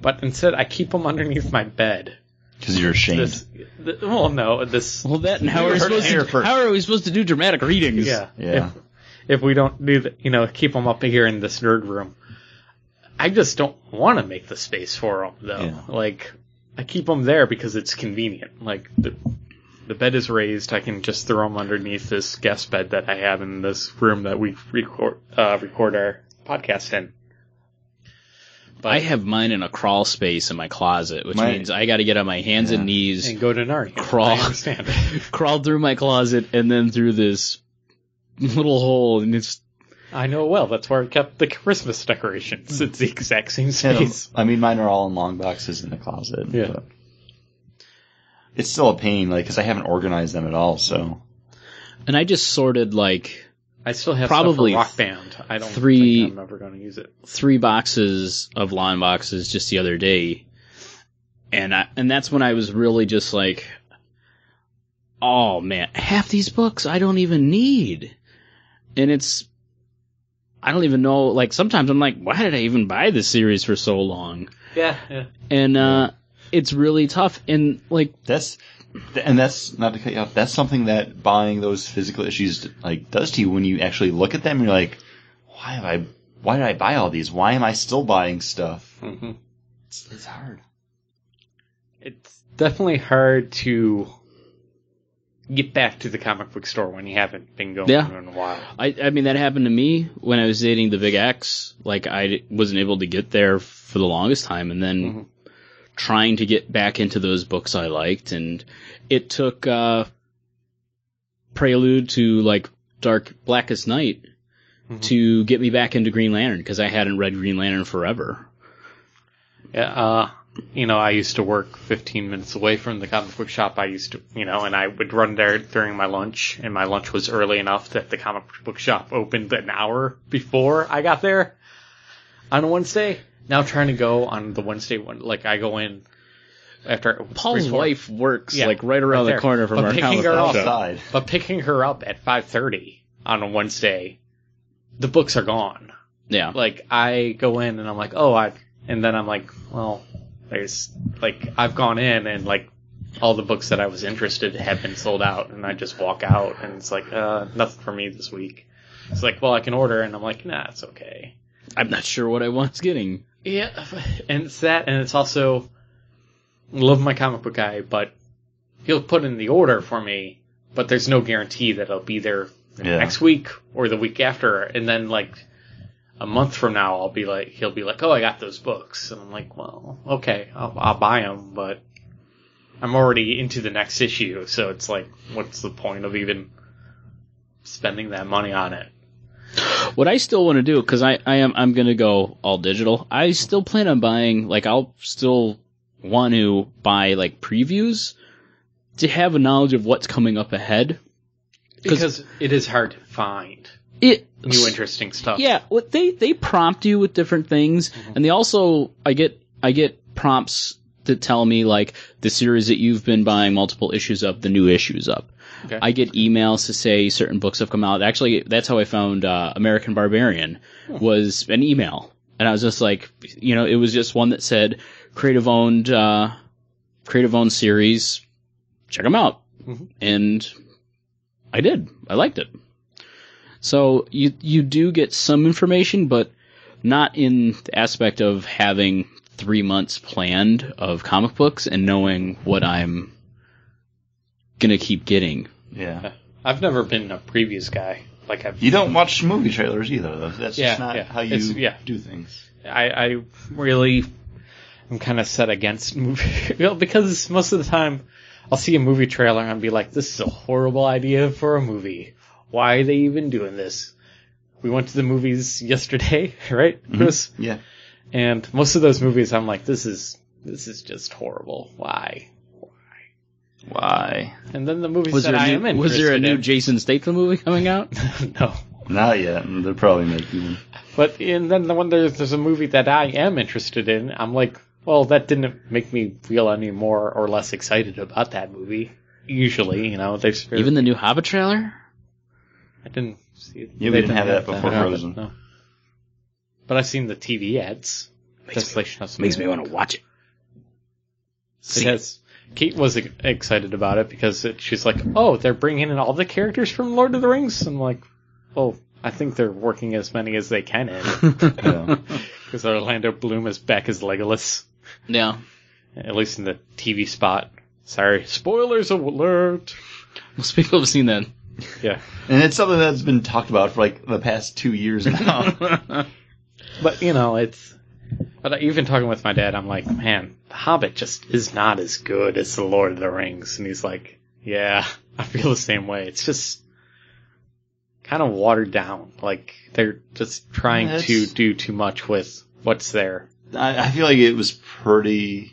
But instead, I keep them underneath my bed. because you're ashamed. This, th well, no, this. Well, that and how are we heard it supposed here to first. how are we supposed to do dramatic readings? Yeah, yeah, if we don't do that, you know, keep them up here in this nerd room. I just don't want to make the space for them though. Yeah. Like, I keep them there because it's convenient. Like the the bed is raised, I can just throw them underneath this guest bed that I have in this room that we record uh, record our podcast in. But I have mine in a crawl space in my closet, which My- means I got to get on my hands and knees, and go to Narnia. I Crawl. understand. crawl through my closet, and then through this little hole, and it's I know well. That's where I kept the Christmas Hmm. decorations. It's the exact same Yeah, space. I mean, mine are all in long boxes in the closet. Yeah. but It's still a pain, like, because I haven't organized them at all. So and I just sorted like I still have Probably stuff for Rock Band. I don't three- think I'm ever going to use it. three boxes of lawn boxes just the other day, and I and that's when I was really just like, oh man, half these books I don't even need, and it's I don't even know. Like sometimes I'm like, why did I even buy this series for so long? Yeah, yeah. And uh, it's really tough. And like, That's th- and that's not to cut you off. That's something that buying those physical issues like does to you when you actually look at them. and You're like, why have I? Why did I buy all these? Why am I still buying stuff? hmm It's, it's hard. It's definitely hard to get back to the comic book store when you haven't been going Yeah. in a while. I I mean that happened to me when I was dating the Big X. Like I d- wasn't able to get there for the longest time, and then Mhm. trying to get back into those books I liked, and it took uh, Prelude to like Dark Blackest Night to get me back into Green Lantern because I hadn't read Green Lantern forever. Yeah, uh, you know, I used to work 15 minutes away from the comic book shop. I used to, you know, and I would run there during my lunch, and my lunch was early enough that the comic book shop opened an hour before I got there on a Wednesday. Now trying to go on the Wednesday one, like I go in after Paul's before- wife works Yeah, like right around right the there. corner from But our picking comic her book up- shop. Outside. But picking her up at 5:30 on a Wednesday, the books are gone. Yeah, Like I go in and I'm like, "Oh, I," and then I'm like, "Well, there's like I've gone in and like all the books that I was interested have been sold out, and I just walk out and it's like, uh, nothing for me this week." It's like, well, I can order, and I'm like, nah, it's okay. I'm not sure what I was getting. Yeah, and it's that, and it's also love my comic book guy, but he'll put in the order for me, but there's no guarantee that it'll be there Yeah. next week or the week after, and then like a month from now, I'll be like, he'll be like, oh, I got those books, and I'm like, well, okay, I'll, I'll buy them, but I'm already into the next issue, so it's like, what's the point of even spending that money on it? What I still want to do, because I, I am I'm gonna go all digital. I still plan on buying like I'll still want to buy like previews to have a knowledge of what's coming up ahead. Because it is hard to find It new interesting stuff. Yeah, what they they prompt you with different things, and they also I get I get prompts that tell me like the series that you've been buying multiple issues of, the new issues up. Okay. I get emails to say certain books have come out. Actually, that's how I found uh, American Barbarian was an email, and I was just like, you know, it was just one that said creative owned, uh, creative owned series. Check them out, and I did. I liked it. So you you do get some information, but not in the aspect of having three months planned of comic books and knowing what I'm gonna keep getting. Yeah. I've never been a previous guy. Like I've, You don't watch movie trailers either, though. That's Yeah, just not yeah. how you It's- yeah. do things. I, I really, am kind of set against movie well, because most of the time, I'll see a movie trailer and be like, "This is a horrible idea for a movie. Why are they even doing this?" We went to the movies yesterday, right, Mm-hmm. Chris? Yeah. And most of those movies, I'm like, "This is this is just horrible. Why?" Why? And then the movies Was that there, I a am new, was there a new interested Jason Statham movie coming out? in- no. Not yet. and They're probably making them. But and then when there's there's a movie that I am interested in, I'm like, well, that didn't make me feel any more or less excited about that movie. Usually, you know, there's Even the new Hobbit trailer? I didn't see. it. Yeah, we They didn't have that before no, Frozen. No. But I've seen the TV ads. Desolation of Makes me Smaug. want to watch it. It has- Kate was ex- excited about it because it, she's like, "Oh, they're bringing in all the characters from Lord of the Rings." I'm like, "Well, I think they're working as many as they can in Yeah. because Orlando Bloom is back as Legolas." Yeah. at least in the TV spot. Sorry, spoilers alert. Most people have seen that. Yeah, and it's something that's been talked about for like the past two years now. but you know it's. But even talking with my dad, I'm like, man, The Hobbit just is not as good as The Lord of the Rings, and he's like, yeah, I feel the same way. It's just kind of watered down. Like they're just trying That's- to do too much with what's there. I, I feel like it was pretty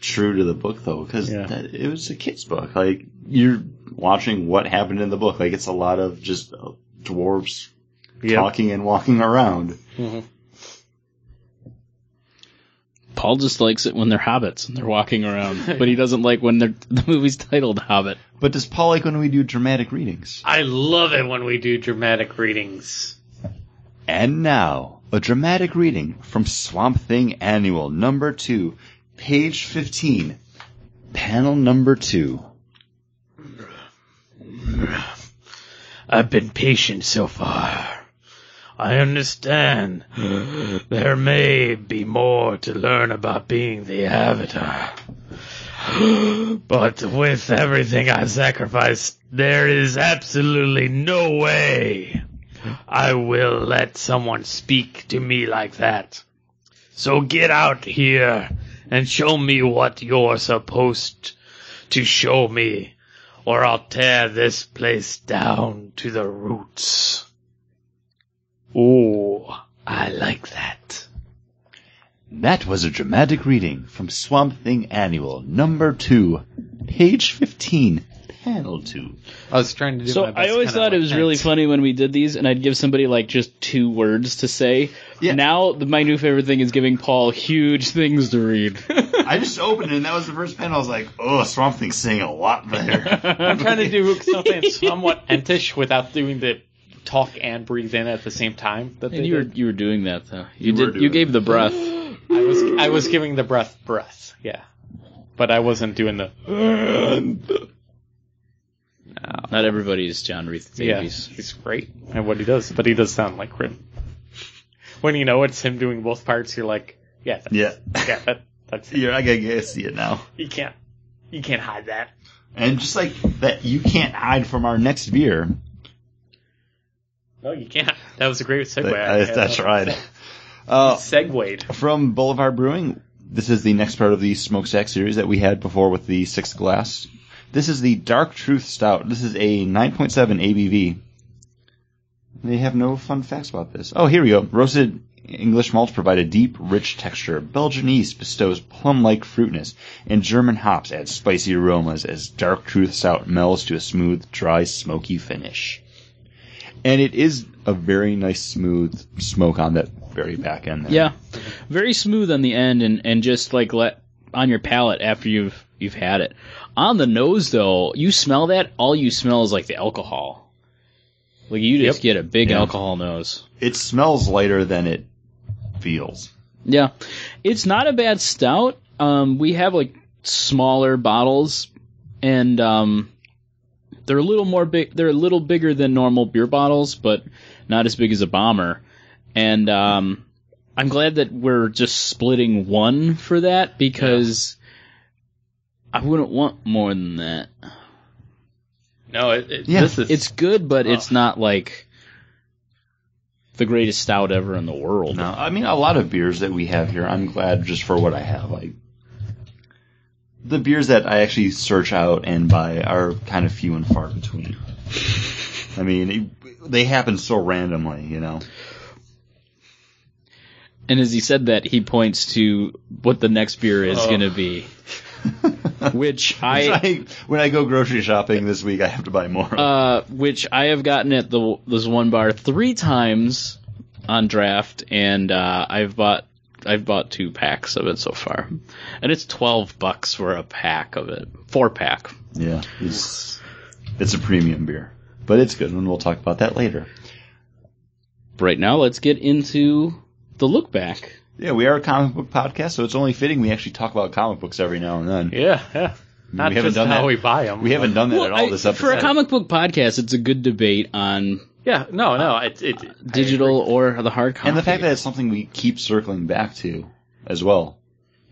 true to the book though, because Yeah. it was a kid's book. Like you're watching what happened in the book. Like it's a lot of just uh, dwarves talking and walking around. Paul just likes it when they're hobbits and they're walking around, but he doesn't like when they're, the movie's titled Hobbit. But does Paul like when we do dramatic readings? I love it when we do dramatic readings. And now, a dramatic reading from Swamp Thing Annual number 2, page 15, panel number 2. I've been patient so far. I understand there may be more to learn about being the Avatar. But with everything I've sacrificed, there is absolutely no way I will let someone speak to me like that. So get out here and show me what you're supposed to show me or I'll tear this place down to the roots. Ooh, I like that. That was a dramatic reading from Swamp Thing Annual number 2, page 15, panel 2. I was trying to do. So my best I always kinda thought it was really attempt. funny when we did these, and I'd give somebody like just two words to say. Yeah. Now the, my new favorite thing is giving Paul huge things to read. I just opened it and that was the first panel. I was like, oh, Swamp Thing's saying a lot there. I'm trying to do something somewhat entish without doing the talk and breathe in at the same time. That they and you were did. you were doing that though. You You, were did. You doing gave the breath. I was I was giving the breath breath, yeah, but I wasn't doing the. Not everybody's John Reith Yeah, Davies. he's great at what he does, but he does sound like Grim. When you know it's him doing both parts, you're like, yeah, that's, Yeah. yeah, that, that's it. You're not going to see it now. You can't, you can't hide that. And just like that, you can't hide from our next beer. No, you can't. That was a great segue. But, I uh, had that's that. right. Uh, Segued. from Boulevard Brewing, this is the next part of the Smokestack series that we had before with the Sixth Glass. This is the Dark Truth Stout. This is a 9.7 ABV. They have no fun facts about this. Oh, here we go. Roasted English malts provide a deep, rich texture. Belgian yeast bestows plum-like fruitness, and German hops add spicy aromas as Dark Truth Stout melds to a smooth, dry, smoky finish. And it is a very nice, smooth smoke on that very back end there. Yeah, very smooth on the end, and and just like let on your palate after you've you've had it. On the nose though, you smell that. All you smell is like the alcohol. Like you just get a big Yeah. alcohol nose. it smells lighter than it feels. Yeah, it's not a bad stout. Um, we have like smaller bottles, and um, they're a little more big. They're a little bigger than normal beer bottles, but not as big as a bomber. And um, I'm glad that we're just splitting one for that because I wouldn't want more than that. No, it, it, Yeah, this is It's good, but it's not like the greatest stout ever in the world. No, I mean a lot of beers that we have here. I'm glad just for what I have. Like the beers that I actually search out and buy are kind of few and far between. I mean, it, they happen so randomly, you know. And as he said that, he points to what the next beer is going to be, which I I, when I go grocery shopping this week, I have to buy more. uh, which I have gotten at the this one bar three times on draft, and uh, I've bought I've bought two packs of it so far, and it's twelve bucks for a pack of it, four pack. yeah, it's it's a premium beer, but it's good, and we'll talk about that later. Right now, let's get into the look back. Yeah, we are a comic book podcast, so it's only fitting we actually talk about comic books every now and then. yeah, yeah. Not haven't just done how that. we buy them. We haven't done that at all Well, I- this for episode. a comic book podcast, it's a good debate on Yeah, no, no. It's it, digital or the hard copy. and the fact that it's something we keep circling back to as well.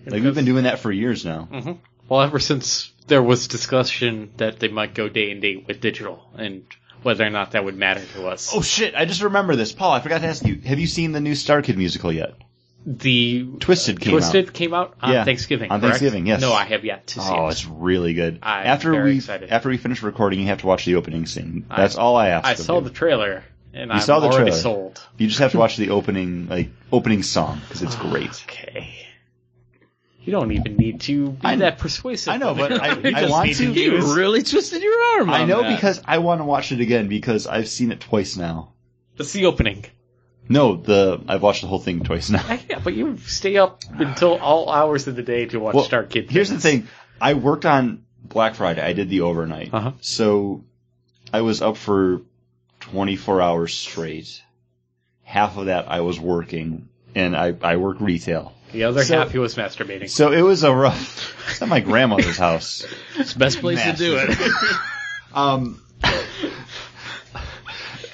Like we've been doing that for years now. Mm-hmm. Well, ever since there was discussion that they might go day and date with digital and whether or not that would matter to us. Oh shit! I just remember this, Paul. I forgot to ask you: Have you seen the new Star Kid musical yet? The Twisted came Twisted out. came out on Yeah, Thanksgiving. on correct? Thanksgiving, yes. No, I have yet to see Oh, it. it's really good. I'm after very we excited. after we finish recording, you have to watch the opening scene. That's all I asked. I of saw you. the trailer and I'm saw the already trailer. sold. You just have to watch the opening like opening song because it's great. Okay. You don't even need to be I- that persuasive. I know, but I, You I just want need to. you really twisted your arm. I on know that. because I want to watch it again because I've seen it twice now. That's the opening. No, the I've watched the whole thing twice now. Yeah, but you stay up until all hours of the day to watch Star Kid. Here's the things. thing: I worked on Black Friday. I did the overnight, Uh-huh. so I was up for 24 hours straight. Half of that I was working, and I I work retail, The other So- half he was masturbating. so it was a rough. It's at my grandmother's house. It's the best place to do it. Um,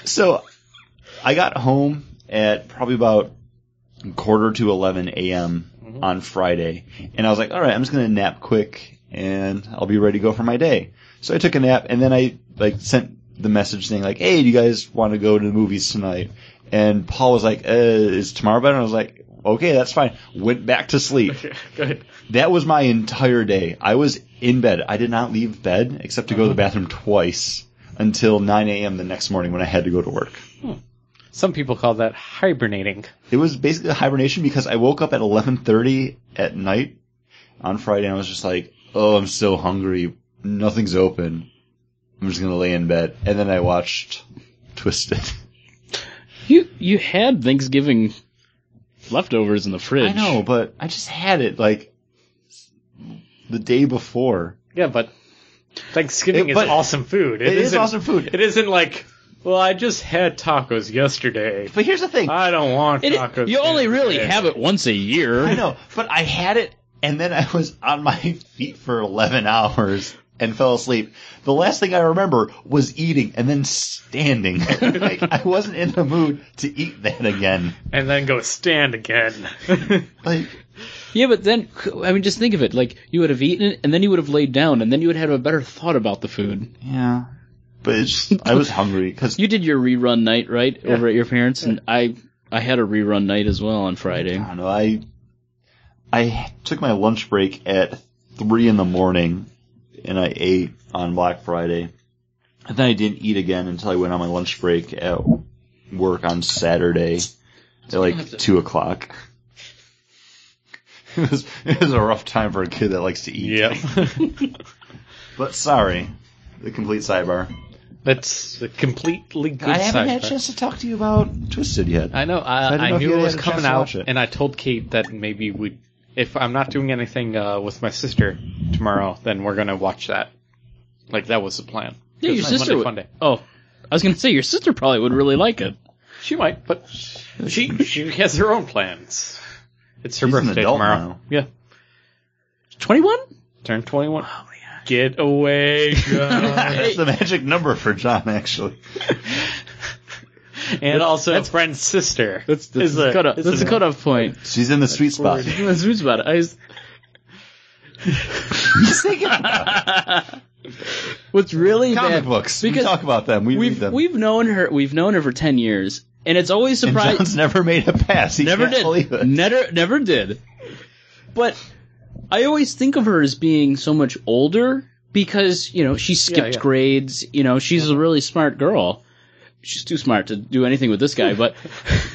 so I got home at probably about quarter to 11 a.m. on Friday, and I was like, all right, I'm just going to nap quick and I'll be ready to go for my day. So I took a nap and then I like sent the message saying like, hey, do you guys want to go to the movies tonight? And Paul was like, uh, is tomorrow better? And I was like, okay, that's fine. Went back to sleep. Good. That was my entire day. I was in bed. I did not leave bed except to go to the bathroom twice until 9 a.m. the next morning when I had to go to work. Some people call that hibernating. It was basically hibernation because I woke up at 11:30 at night on Friday and I was just like, "Oh, I'm so hungry. Nothing's open. I'm just going to lay in bed." And then I watched Twisted. You you had Thanksgiving leftovers in the I fridge. know, but I just had it like the day before. Yeah, but Thanksgiving It- is but- awesome food. It is isn't- awesome food. It isn't like, well, I just had tacos yesterday. but here's the thing. I don't want It- tacos. you only really today. have it once a year. I know, but I had it, and then I was on my feet for eleven hours and fell asleep. The last thing I remember was eating and then standing. like, I wasn't in the mood to eat that again. and then go stand again. Like, Yeah, but then I mean, just think of it. Like you would have eaten it, and then you would have laid down, and then you would have had a better thought about the food. yeah. But it's just, I was hungry because You did your rerun night right over at your parents, and I I had a rerun night as well on Friday. I don't know. I I took my lunch break at three in the morning, and I ate on Black Friday, and then I didn't eat again until I went on my lunch break at work on Saturday at like two o'clock. It was it was a rough time for a kid that likes to eat. yep. But sorry, the complete sidebar. That's a completely good I haven't side had a fact. chance to talk to you about Twisted yet. I know. I, I didn't I, know if you knew it had was had a coming chance to out, watch it. and I told Kate that maybe we, if I'm not doing anything uh, with my sister tomorrow, then we're gonna watch that. Like that was the plan. Yeah, your It's sister. Monday, Would, fun day. Oh, I was gonna say your sister probably would really like it. She might, but she she has her own plans. It's her She's an birthday adult tomorrow. now. Yeah, Twenty one. turn 21. Oh, Get away, girl. That's the magic number for John, actually. and also that's friend's sister. That's that's Is the a- cutoff. is That's the a- cutoff point. She's in the sweet spot. That's what's about it. I was, He's thinking about what's really comic bad books. we because talk about them. We read we've them. we've known her we've known her for ten years, and it's always and surprising. John's never made a pass. He Never can't Believe did. it. Never never did. But I always think of her as being so much older because, you know, she skipped yeah. grades, you know, she's a really smart girl. She's too smart to do anything with this guy, but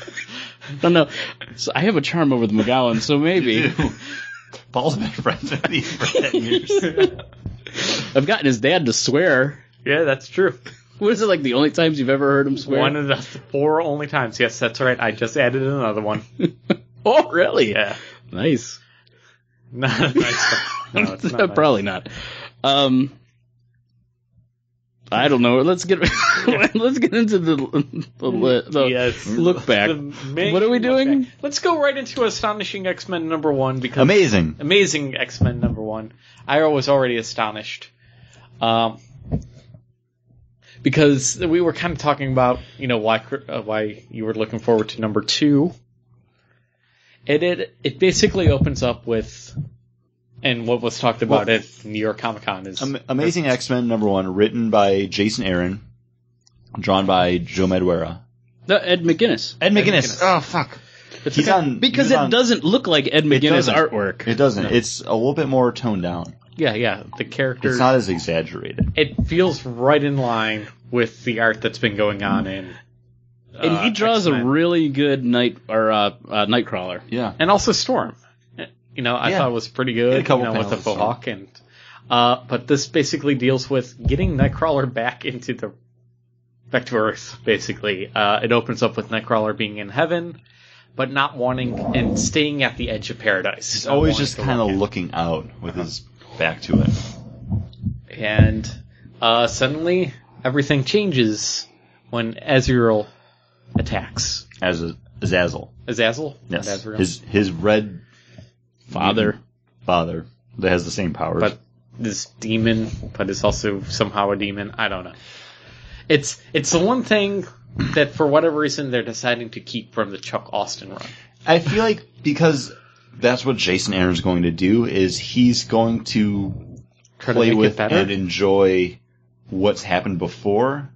I don't know. So I have a charm over the McGowan, so maybe Paul's been friends with me for ten years. I've gotten his dad to swear. Yeah, that's true. What is it like the only times you've ever heard him swear? One of the four only times. Yes, that's right. I just added another one. oh, really? Yeah. Nice. Not a nice one. No, it's not nice. Probably not. Um, I don't know. Let's get let's get into the the, li- the Yes. look back. The main- What are we doing? okay. Let's go right into Astonishing X Men number one because Amazing. Amazing X Men number one. I was already astonished, um, because we were kind of talking about you know why cr- uh, why you were looking forward to number two. It it it basically opens up with, and what was talked about Well- at New York Comic Con is Am- Amazing X Men number one, written by Jason Aaron, drawn by Joe Madureira. No, Ed McGuinness. Ed McGuinness. Oh fuck. he's on Because he's it on- doesn't look like Ed McGuinness doesn't. artwork. It doesn't. It's a little bit more toned down. yeah yeah the character It's not as exaggerated. it feels right in line with the art that's been going on Mm. in. and he uh, draws a X-Men. really good night or uh, uh, Nightcrawler. Yeah. and also Storm. You know, I Yeah. thought it was pretty Had good. a couple you know, with the panels with Mohawk and. Uh, but this basically deals with getting Nightcrawler back into the back to Earth. Basically, uh, it opens up with Nightcrawler being in heaven, but not wanting and staying at the edge of paradise. He's always just kind of looking out with his back to it. and uh, suddenly everything changes when Azrael attacks. As a Azazel. Azazel, Yes. Not Azrael. His his red Father. father that has the same powers. but this demon, but it's also somehow a demon. I don't know. It's it's the one thing that for whatever reason they're deciding to keep from the Chuck Austin run. I feel like because that's what Jason Aaron's going to do is he's going to Try play to make it with better. and enjoy what's happened before.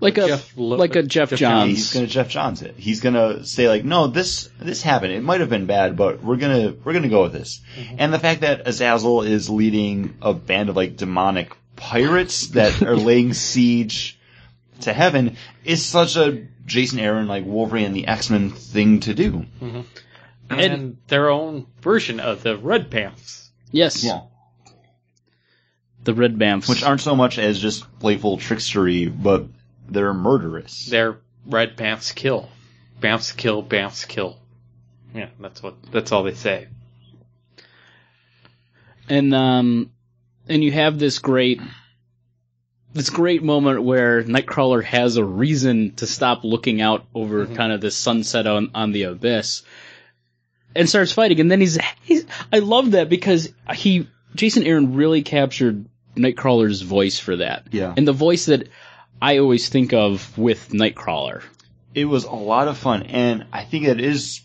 Like a Jeff Lo- like a Jeff Jeff, And Johns. he's going to Jeff Johns it. He's going to say like, no, this this happened. It might have been bad, but we're gonna we're gonna go with this. And the fact that Azazel is leading a band of like demonic pirates that are laying siege to heaven is such a Jason Aaron like Wolverine and the X Men thing to do. And, their own version of the Red Pants. Yes, the Red Bamfs. which aren't so much as just playful trickstery, but they're murderous. They're Red Pants kill. Bamps kill, Bamps kill. Yeah, that's what that's all they say. and um and you have this great this great moment where Nightcrawler has a reason to stop looking out over kind of the sunset on on the abyss and starts fighting and then he's, he's I love that because he Jason Aaron really captured Nightcrawler's voice for that. Yeah. And the voice that I always think of with Nightcrawler. it was a lot of fun, and I think that is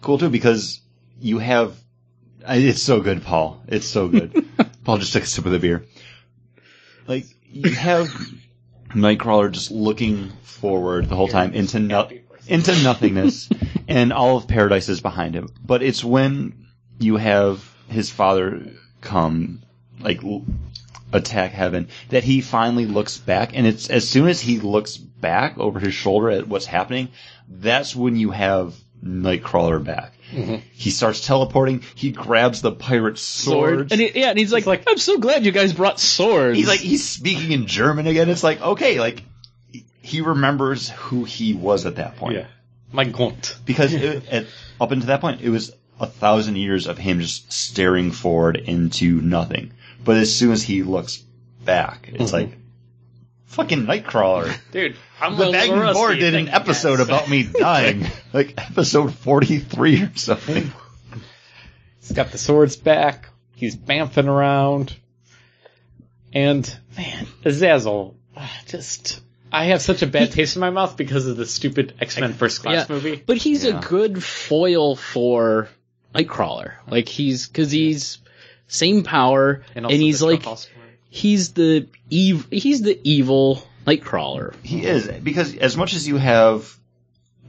cool too because you have. I- It's so good, Paul. It's so good. Paul just took a sip of the beer. Like you have Nightcrawler just looking forward the whole time into no- into nothingness, and all of paradise is behind him. But it's when you have his father come, like l- attack heaven that he finally looks back and it's as soon as he looks back over his shoulder at what's happening that's when you have nightcrawler back he starts teleporting he grabs the pirate's sword And he- yeah, and he's like, I'm so glad you guys brought swords. he's like he's speaking in german again it's like okay like he remembers who he was at that point Yeah. My gaunt. because it, at, up until that point, it was a thousand years of him just staring forward into nothing. But as soon as he looks back, it's like fucking Nightcrawler. Dude, I'm The a Magnum little Board did rusty. an episode about me dying, like episode forty-three or something. He's got the swords back. He's bamfing around. And, man, Azazel. ah, Just, I have such a bad taste in my mouth because of the stupid X-Men First Class Yeah. movie. But he's Yeah. a good foil for Nightcrawler. Like he's because he's same power, and, also he's the like Trump also- he's the ev- he's the evil Nightcrawler. He is because as much as you have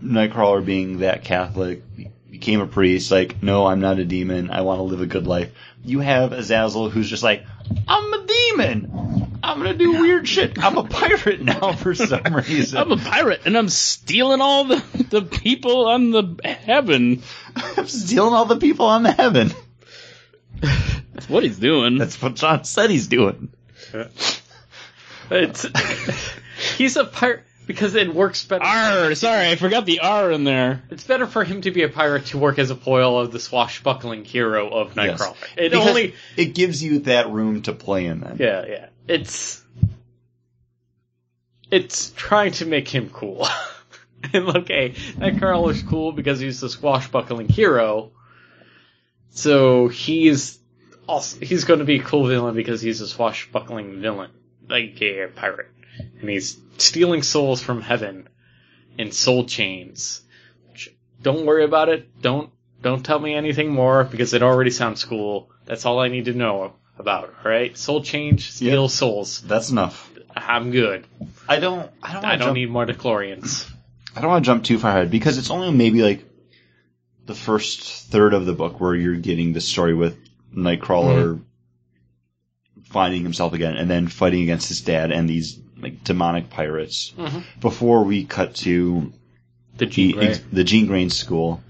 Nightcrawler being that Catholic, became a priest, like no, I'm not a demon. I want to live a good life. You have Azazel, who's just like, I'm a demon. I'm gonna do weird shit. I'm a pirate now for some reason. I'm a pirate, and I'm stealing all the, the people on the heaven. I'm stealing all the people on the heaven. That's what he's doing. That's what John said he's doing. It's, he's a pirate because it works better. R. Sorry, I forgot the R in there. It's better for him to be a pirate to work as a foil of the swashbuckling hero of Yes. Nightcrawler. It Because only, it gives you that room to play in. Then yeah, yeah. It's, it's trying to make him cool. and okay, Nightcrawler's cool because he's the swashbuckling hero. So he's also he's going to be a cool villain because he's a swashbuckling villain, like a pirate, and he's stealing souls from heaven in soul chains. Sh- Don't worry about it. Don't don't tell me anything more because it already sounds cool. That's all I need to know about. All right, soul change, steal Yeah. souls. that's enough. I'm good. I don't. I don't. I wanna don't jump- need more DeCloreans. I don't want to jump too far ahead because it's only maybe like the first third of the book where you're getting the story with Nightcrawler Mm-hmm. finding himself again and then fighting against his dad and these like demonic pirates before we cut to The Mm-hmm. Jean the, Grey. the Jean Grain school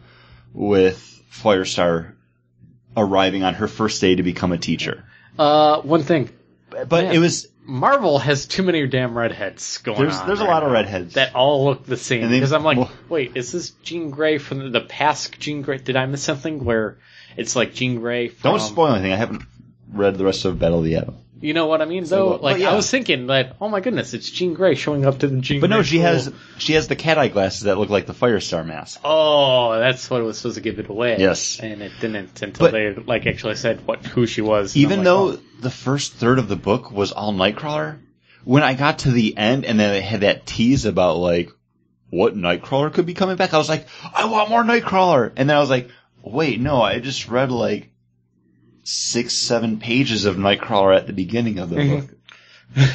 with Firestar arriving on her first day to become a teacher. Uh, one thing. But it was Marvel has too many damn redheads going there's on. there's a right lot of now redheads. that all look the same. And they- Because I'm like, well- wait, is this Jean Grey from the, the past Jean Grey? Did I miss something where it's like Jean Grey from? don't spoil anything. I haven't read the rest of Battle of the Atom. You know what I mean? Though, what? like But yeah. I was thinking, like, oh my goodness, it's Jean Grey showing up to the Jean. But no, Grey she school. has she has the cat eye glasses that look like the Firestar mask. Oh, that's what it was supposed to give it away. Yes. and it didn't until But- they like actually said what who she was. and I'm Even like, though oh. the first third of the book was all Nightcrawler, when I got to the end and then they had that tease about like what Nightcrawler could be coming back, I was like, I want more Nightcrawler. And then I was like, wait, no, I just read like six, seven pages of Nightcrawler at the beginning of the book.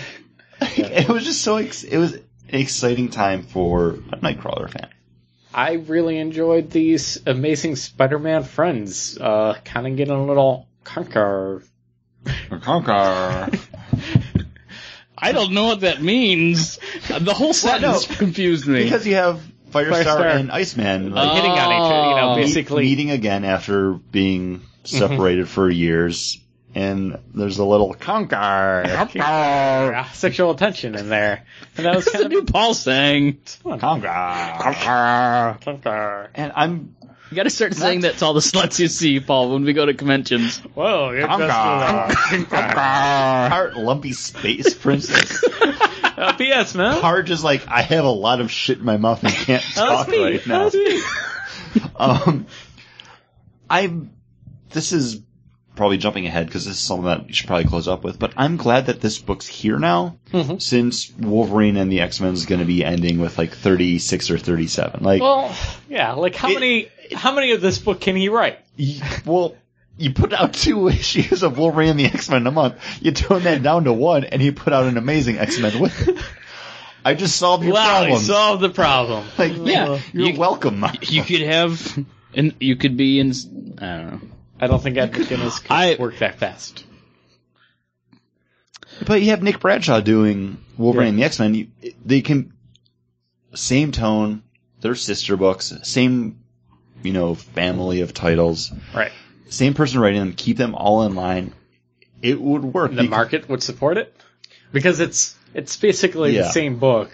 it was just so ex- it was an exciting time for a Nightcrawler fan. I really enjoyed these Amazing Spider-Man friends, uh, kind of getting a little conquer. I don't know what that means. The whole sentence confused me. Because you have Firestar, Firestar. and Iceman like, Oh. hitting on each other, you know, Oh. meet- basically. Mm-hmm. meeting again after being separated for years, and there's a little conquer, uh, sexual attention in there. And that was That's kind a of new Paul saying. conquer, Conquer. and I'm You gotta start saying that to all the sluts you see, Paul, when we go to conventions. Whoa, you're just Conquer. a- part lumpy space princess. Uh, P.S. man. Part just like I have a lot of shit in my mouth and can't That was talk me. right That now. was me. Um, I this is probably jumping ahead because this is something that you should probably close up with. But I'm glad that this book's here now, since Wolverine and the X Men is going to be ending with like 36 or 37. Like, well, Well, yeah. Like how It- many how many of this book can he write? you, well, you put out two issues of Wolverine and the X Men a month. You tone that down to one, and you put out an amazing X Men with it. I just solved your Wow, he problem. solved the problem. like, Yeah, you're you- welcome. You could have, and you could be in. I don't know. I don't think Ed McGinnis could I- work that fast. But you have Nick Bradshaw doing Wolverine and the X Men. You- They can same tone. They're sister books. Same, you know, family of titles. Right. Same person writing them. Keep them all in line. It would work. The market would support it because it's it's basically Yeah. the same book,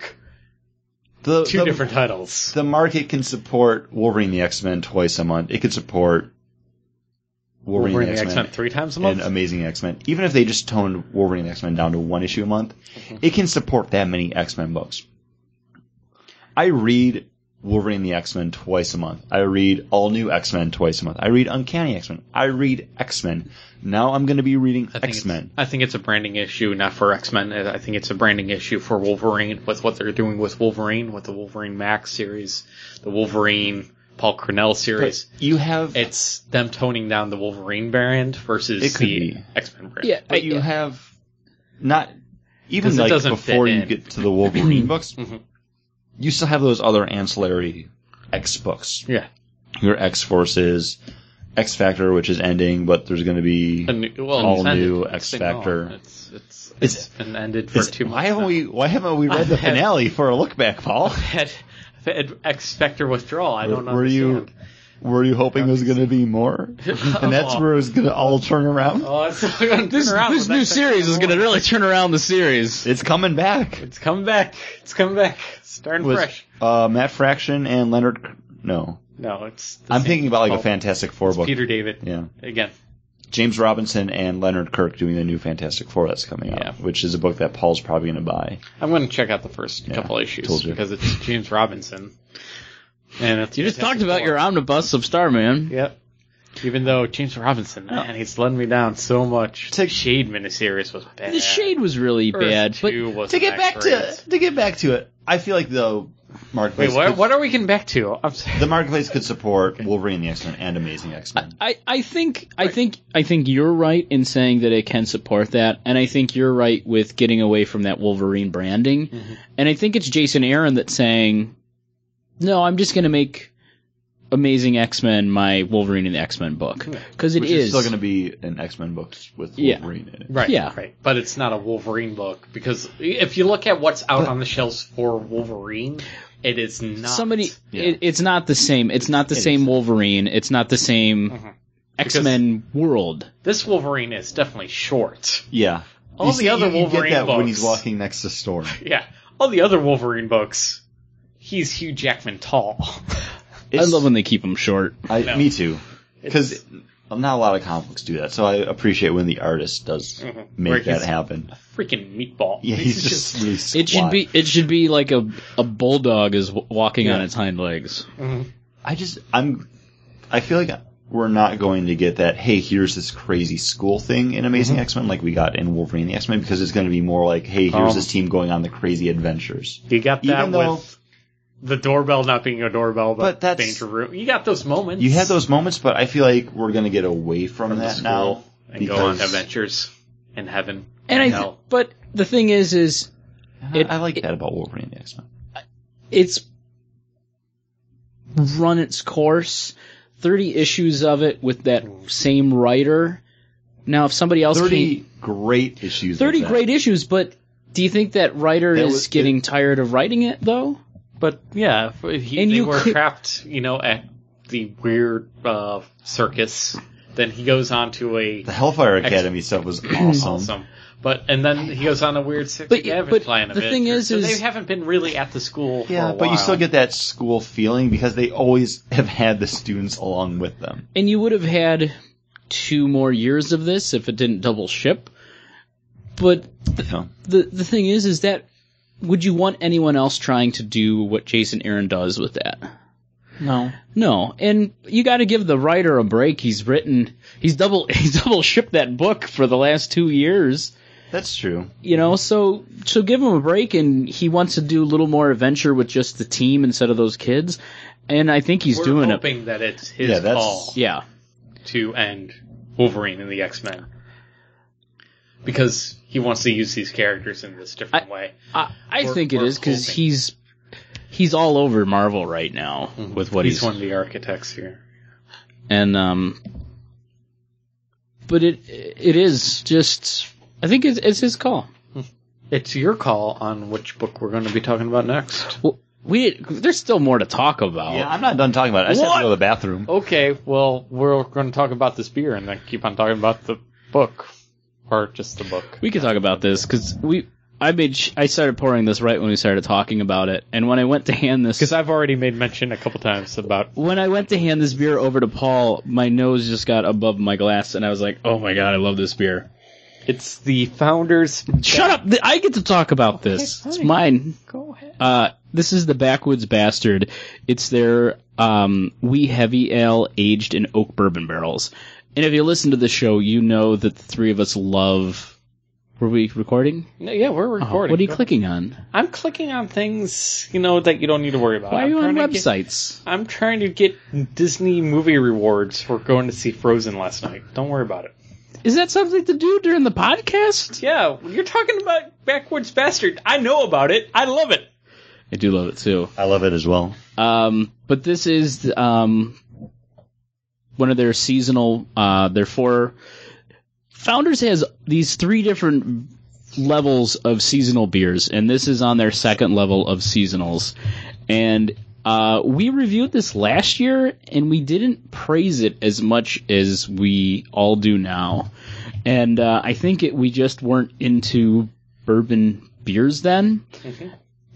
the, two the- different titles. The market can support Wolverine and the X Men twice a month. It could support Wolverine, Wolverine and the X Men three times a and um, month. Amazing X Men. Even if they just toned Wolverine and X Men down to one issue a month, Mm-hmm. it can support that many X Men books. I read Wolverine and the X Men twice a month. I read All New X Men twice a month. I read Uncanny X Men. I read X Men. Now I'm going to be reading I think X it's- Men. I think it's a branding issue, not for X Men. I think it's a branding issue for Wolverine with what they're doing with Wolverine, with the Wolverine Max series, the Wolverine Paul Cornell series. You have it's them toning down the Wolverine brand versus It could the be. X Men brand. Yeah, but you have not even 'Cause it like doesn't before fit you in. get to the Wolverine books, Mhm. you still have those other ancillary X books. Yeah. Your X Forces, X Factor, which is ending, but there's going to be A new- well, All it's ended. new It's X been Factor. gone. It's, it's, Is- it's been ended for Is- two months. Why haven't now. we? Why haven't we read the I've had- finale for a look back, Paul? had, I've had X Factor withdrawal? I don't know. Were you- Were you hoping there's going to be more? And that's where it's going to all turn around. Oh, it's not going to This, turn around. this when new that thing series is comes going to along. really turn around the series. It's coming back. It's coming back. It's coming back. Starting With, fresh. uh, Matt Fraction and Leonard. K- No, No, it's. the I'm same. thinking about like Oh, a Fantastic Four book. Peter David Yeah. again. James Robinson and Leonard Kirk doing the new Fantastic Four that's coming out, Yeah. which is a book that Paul's probably going to buy. I'm going to check out the first Yeah, couple issues told you. because it's James Robinson. And it's You just talked about your omnibus of Starman. Yep. Even though James Robinson, man, he's letting me down so much. To- The Shade miniseries was bad. The shade was really Earth bad, but 2 wasn't To get that back great. to to get back to it, I feel like though Mark Wait, what, what are we getting back to? I'm sorry. the marketplace could support Wolverine the X Men and Amazing X Men. I, I think I think I think you're right in saying that it can support that, and I think you're right with getting away from that Wolverine branding. Mm-hmm. And I think it's Jason Aaron that's saying, "No, I'm just going to make Amazing X Men my Wolverine and X Men book because it Which is is still going to be an X Men book with Yeah. Wolverine in it. Right, Yeah. right. But it's not a Wolverine book because if you look at what's out on the shelves for Wolverine, it is not somebody. Yeah. It, it's not the same. It's not the same isn't. Wolverine. It's not the same Mm-hmm. X Men world. This Wolverine is definitely short. Yeah, All the other Wolverine you get that when books. he's walking next to Storm. Yeah, all the other Wolverine books, he's Hugh Jackman tall. I love when they keep them short. I, No. Me too, because not a lot of comic books do that. So I appreciate when the artist does Mm-hmm. Where make that he's- happen. Freaking meatball. Yeah, This he's is just, really It should squat. be it should be like a a bulldog is w- walking on its hind legs. I just I'm I feel like we're not going to get that hey here's this crazy school thing in Amazing X-Men like we got in Wolverine and the X-Men because it's going to be more like hey here's Um, this team going on the crazy adventures. You got that Even though with the doorbell not being a doorbell, but, But that's- danger room. You got those moments. you had those moments but I feel like we're going to get away from, From the that school now and go on because- adventures in heaven. And I, th- hell. but the thing is, is And It- I, I like that about Wolverine and the X-Men. it's run its course. Thirty issues of it with that same writer. Now, if somebody else 30 came, great issues. thirty with that. great issues, but do you think that writer That is was- getting tired of writing it though? But yeah, if- if he, And they you were could- trapped, you know, at the weird uh, circus. Then he goes on to a The Hellfire Academy stuff was awesome. awesome. But and then he goes on a weird six But- Avenue but plan of the it. thing is- so is- they haven't been really at the school. for Yeah, a but you while. still get that school feeling because they always have had the students along with them. And you would have had two more years of this if it didn't double ship. But You know? the the thing is, is that would you want anyone else trying to do what Jason Aaron does with that? No. No, and you got to give the writer a break. He's written, he's double, he's double shipped that book for the last two years. That's true. You know, so so give him a break, and he wants to do a little more adventure with just the team instead of those kids. And I think he's We're doing it. hoping that it's his Yeah, that's- call Yeah, to end Wolverine and the X Men because he wants to use these characters in this different way. I, I We're- think it we're is because hoping. he's he's all over Marvel right now with what Mm-hmm. he's, he's, one of the architects here. and um. But it it is just I think it's, it's his call. It's your call on which book we're going to be talking about next. Well, we there's still more to talk about. Yeah, I'm not done talking about it. I just have What? Oh. to go to the bathroom. Okay, well, we're going to talk about this beer and then keep on talking about the book or just the book. We could talk about this because we. I made. sh- I started pouring this right when we started talking about it, and when I went to hand this, Because I've already made mention a couple times about when I went to hand this beer over to Paul, my nose just got above my glass, and I was like, "Oh my god, I love this beer." it's the founders. Shut up! Th- I get to talk about this. It's mine. Go ahead. Uh, this is the Backwoods Bastard. It's their um, wee heavy ale aged in oak bourbon barrels. And if you listen to the show, you know that the three of us love. Were we recording? No, yeah, we're Oh, recording. what are you clicking on? I'm clicking on things you know that you don't need to worry about. Why are I'm you on trying to get- websites? I'm trying to get Disney movie rewards for going to see Frozen last night. Don't worry about it. Is that something to do during the podcast? Yeah, you're talking about Backwards Bastard. I know about it. I love it. I do love it too. I love it as well. Um, but this is um, one of their seasonal. Uh, their four founders has these three different levels of seasonal beers, and this is on their second level of seasonals. And uh, we reviewed this last year, and we didn't praise it as much as we all do now. And uh, I think it, we just weren't into bourbon beers then Mm-hmm.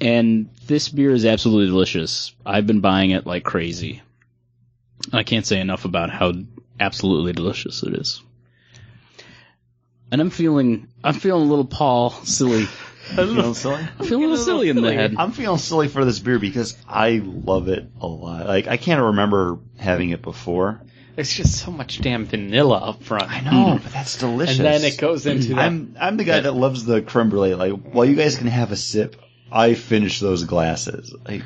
and this beer is absolutely delicious. I've been buying it like crazy. I can't say enough about how absolutely delicious it is. And I'm feeling, I'm feeling a little Paul silly. Feeling silly? I'm feeling a little silly in the head. I'm feeling silly for this beer because I love it a lot. Like I can't remember having it before. It's just so much damn vanilla up front. I No, but that's delicious. And then it goes into that. I'm I'm the guy that loves the creme brulee. Like while you guys can have a sip, I finish those glasses. Like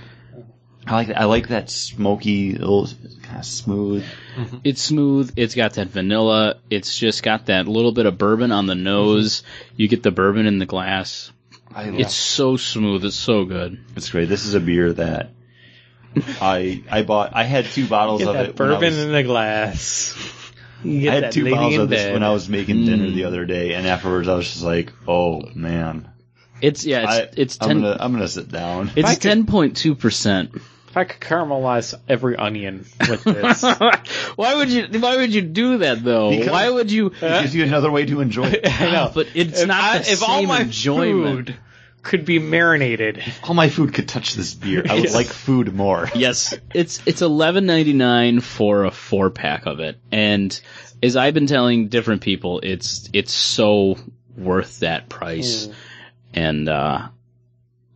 I like that. I like that smoky, little kind of smooth. It's smooth. It's got that vanilla. It's just got that little bit of bourbon on the nose. Mm-hmm. You get the bourbon in the glass. I love It's so smooth. It's so good. It's great. This is a beer that I I bought. I had two bottles Get of that it. when I bourbon was- in the glass. You get I had that two lady bottles in of this bed. Mm. when I was making dinner the other day, and afterwards I was just like, "Oh man, It's yeah. It's I, it's I'm 10 gonna I'm gonna sit down." It's I could- ten point two percent. If I could caramelize every onion with this, why would you? Why would you do that though? Because- why would you? it gives you another way to enjoy it. I know. But it's if not I, the if same all my enjoyment. food could be marinated. All my food could touch this beer. I would like food more. Yes, it's it's eleven ninety nine for a four pack of it, and as I've been telling different people, it's it's so worth that price, Hmm. and uh,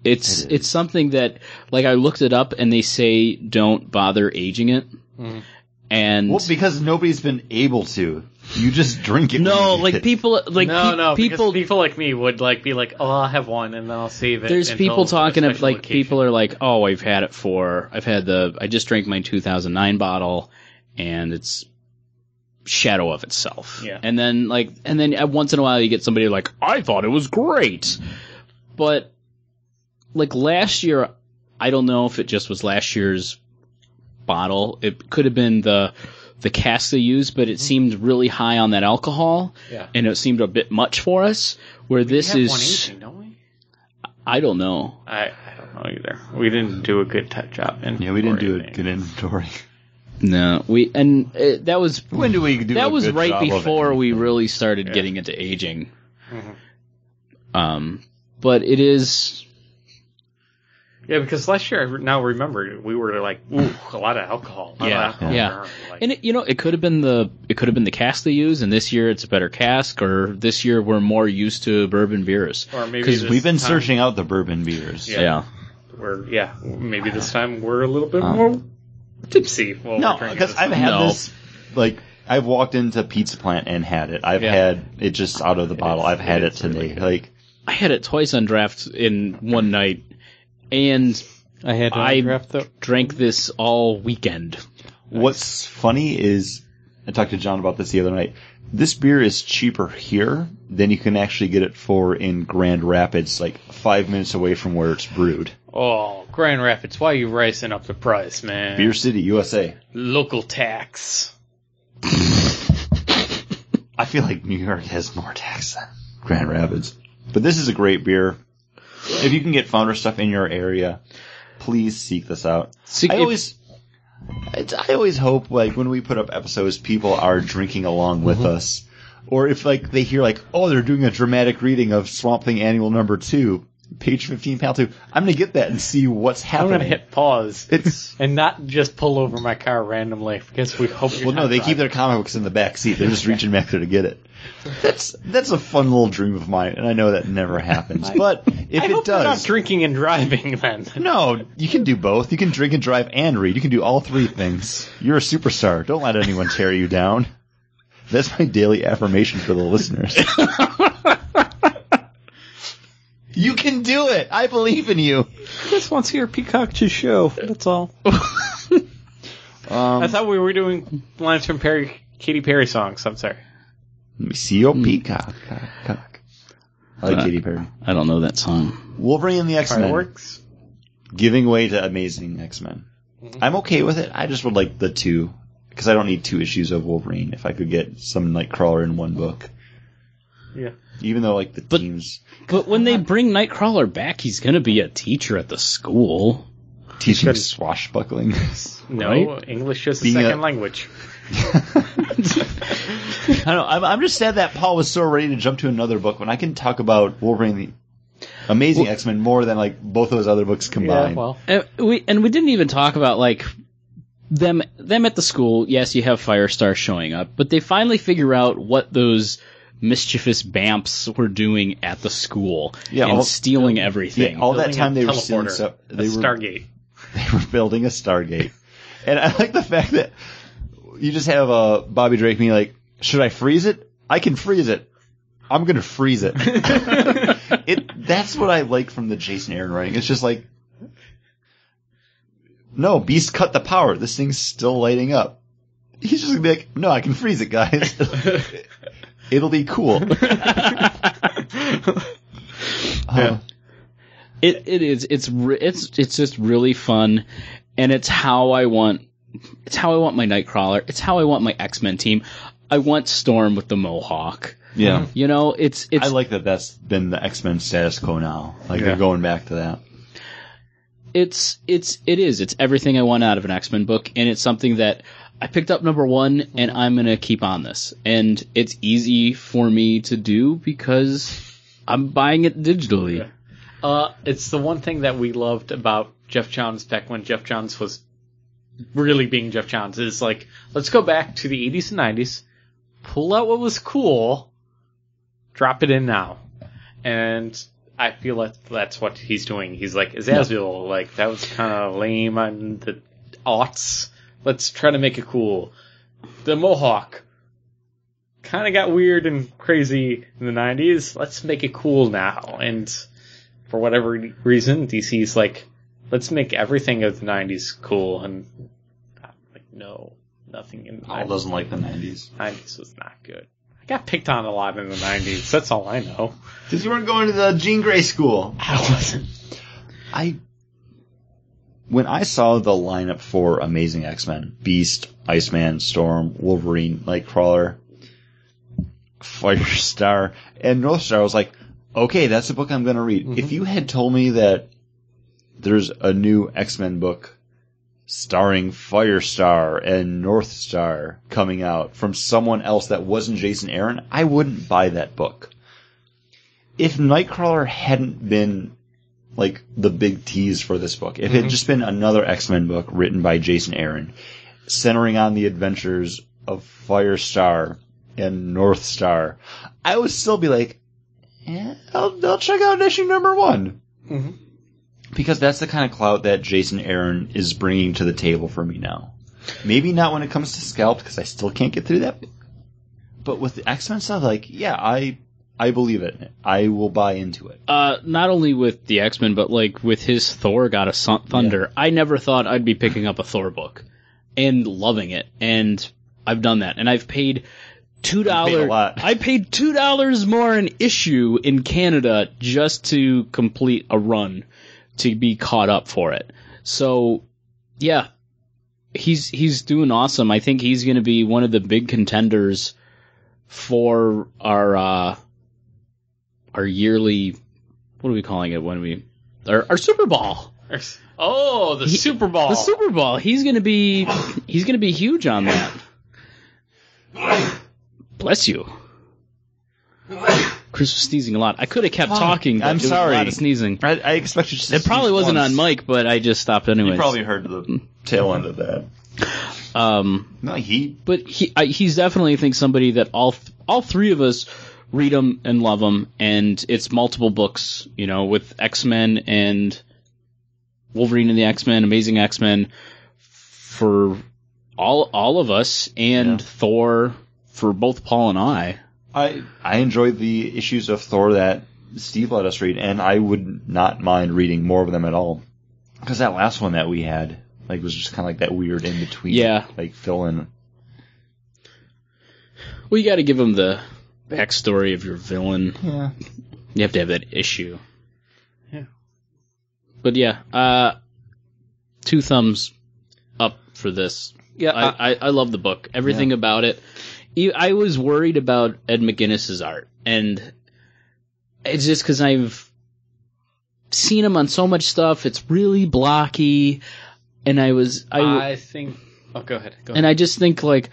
it's It is. it's something that like I looked it up and they say don't bother aging it, Hmm. and Well, because nobody's been able to. You just drink it. no, when you like get- people like no, pe- no, people people people like me would like be like, oh, I'll have one and then I'll save it. There's until people a talking of special like occasion. people are like, oh, I've had it for I've had the I just drank my 2009 bottle, and it's shadow of itself. Yeah. And then like and then uh, once in a while you get somebody like I thought it was great, but like last year, I don't know if it just was last year's bottle. It could have been the the cask they used, but it seemed really high on that alcohol, Mm-hmm. Yeah. and it seemed a bit much for us. Where this We have is, 118, don't we? I don't know. I, I don't know either. We didn't do a good touch job. Yeah, we didn't do a it. good inventory. No, we and uh, that was When do we do? a that was good right job of it? before we really started getting into aging. Mm-hmm. Um, but it is Yeah, because last year I re- now remember we were like, ooh, a lot of alcohol. A lot of Yeah, alcohol. yeah. Like, and it, you know it could have been the it could have been the cask they use, and this year it's a better cask, or this year we're more used to bourbon beers. or maybe 'cause this We've been time searching out the bourbon beers. Yeah. We're yeah, maybe this time we're a little bit more tipsy. While Uh-huh. No, we're because I've had No. this. Like I've walked into Pizza Plant and had it. I've Yeah. had it just out of the bottle. I've had it, is today. really good. like I had it twice on draft in one night, and I had to I draft the drank this all weekend. what's funny is I talked to John about this the other night. This beer is cheaper here than you can actually get it for in Grand Rapids, like five minutes away from where it's brewed. oh, Grand Rapids, why are you racing up the price, man? Beer City, USA. Local tax. I feel like New York has more tax than Grand Rapids. But this is a great beer. If you can get founder stuff in your area, please seek this out. See, I if- always, it's, I always hope like when we put up episodes, people are drinking along with Mm-hmm. us, or if like they hear like, oh, they're doing a dramatic reading of Swamp Thing Annual Number Two, page fifteen, pal two. I'm gonna get that and see what's I'm happening. gonna hit pause It's and not just pull over my car randomly because we hope. you're well, no, not they keep driving. their comic books in the back seat. They're just reaching back there to get it. That's that's a fun little dream of mine, and I know that never happens. But if I it hope they're not does, drinking and driving then. no, you can do both. You can drink and drive and read. You can do all three things. You're a superstar. Don't let anyone tear you down. That's my daily affirmation for the listeners. you can do it. I believe in you. just wants to hear Peacock to show. That's all. Um, I thought we were doing lines from Perry, Katy Perry songs. I'm sorry. let me see your peacock. Cock, cock. I like Katy Perry. I don't know that song. Wolverine and the X Men. Fireworks. giving way to Amazing X Men. Mm-hmm. I'm okay with it. I just would like the two because I don't need two issues of Wolverine. If I could get some Nightcrawler in one book, Yeah. even though like the But- teams But when they bring Nightcrawler back, he's gonna be a teacher at the school. teaching swashbuckling. No, Right? English is a Being second a- language. I don't know. I'm, I'm just sad that Paul was so ready to jump to another book when I can talk about Wolverine, and the Amazing X Men, more than like both of those other books Yeah, combined. well, And we and we didn't even talk about like them them at the school. Yes, you have Firestar showing up, but they finally figure out what those mischievous bamps were doing at the school Yeah, and all- stealing everything. Yeah, all that building a time they were stealing teleporter, stuff. a They were Stargate. they were building a Stargate. And I like the fact that you just have uh, Bobby Drake being like, should I freeze it? I can freeze it. I'm gonna freeze it. it that's what I like from the Jason Aaron writing. It's just like No, Beast cut the power. This thing's still lighting up. He's just gonna be like, No, I can freeze it, guys. It'll be cool. Uh, It it is it's re- it's it's just really fun, and it's how I want it's how I want my Nightcrawler. It's how I want my X Men team. I want Storm with the Mohawk. yeah. You know, it's it's I like that that's been the X Men status quo now. Like they're going back to that. it's it's it is it's everything I want out of an X Men book, and it's something that I picked up number one, and I'm gonna keep on this, and it's easy for me to do because I'm buying it digitally. Uh, it's the one thing that we loved about Jeff Johns back when Jeff Johns was really being Jeff Johns is like, let's go back to the 80s and 90s, pull out what was cool, drop it in now. And I feel like that's what he's doing. He's like, Azazel, like, that was kind of lame on the aughts. Let's try to make it cool. The Mohawk. Kind of got weird and crazy in the 90s. Let's make it cool now. And for whatever re- reason, DC's like, let's make everything of the '90s cool, and I'm like, no, nothing in the Paul 90s. doesn't like the nineties. was not good. I got picked on a lot in the '90s. That's all I know. Because you weren't going to the Jean Grey school. I wasn't. I when I saw the lineup for Amazing X Men, Beast, Iceman, Storm, Wolverine, Nightcrawler, Firestar, and Northstar, I was like, okay, that's the book I'm gonna read. If you had told me that there's a new X Men book starring Firestar and Northstar coming out from someone else that wasn't Jason Aaron, I wouldn't buy that book. If Nightcrawler hadn't been like the big tease for this book. If it had just been another X Men book written by Jason Aaron, centering on the adventures of Firestar and North Star, I would still be like, eh, I'll, I'll check out issue number one. Because that's the kind of clout that Jason Aaron is bringing to the table for me now. Maybe not when it comes to Scalped because I still can't get through that. But with the X Men stuff, like yeah, I I believe it. I will buy into it. Uh, not only with the X Men, but like with his Thor God of Sun- Thunder, I never thought I'd be picking up a Thor book and loving it. And I've done that, and I've paid two paid a dollars. lot. I paid two dollars more an issue in Canada just to complete a run to be caught up for it. So, yeah, he's he's doing awesome. I think he's going to be one of the big contenders for our uh, our yearly. What are we calling it when we our, our Super Bowl? Oh, the He- Super Bowl. The Super Bowl. He's gonna be he's gonna be huge on that. Bless you. Chris was sneezing a lot. I could have kept talking. But I'm it was A lot sorry. of sneezing. I, I expected to It probably wasn't on Mm. mic, but I just stopped anyway. You probably heard the tail end of that. Um, No, he but he I, he's definitely I think somebody that all th- all three of us read him and love him, and it's multiple books. You know, with X Men and Wolverine and the X Men, Amazing X Men, for all all of us, and Thor for both Paul and I. I I enjoyed the issues of Thor that Steve let us read, and I would not mind reading more of them at all. Because that last one that we had, like, was just kind of like that weird in between, Yeah. like fill in. Well, you got to give him the backstory of your villain. Yeah, You have to have that issue. Yeah. But yeah, uh, two thumbs up for this. Yeah, I- I, I, I love the book. Everything about it. E- I was worried about Ed McGuinness's art, and it's just because I've seen him on so much stuff. It's really blocky, and I was I, I think. Oh, go ahead. Go ahead. and I just think like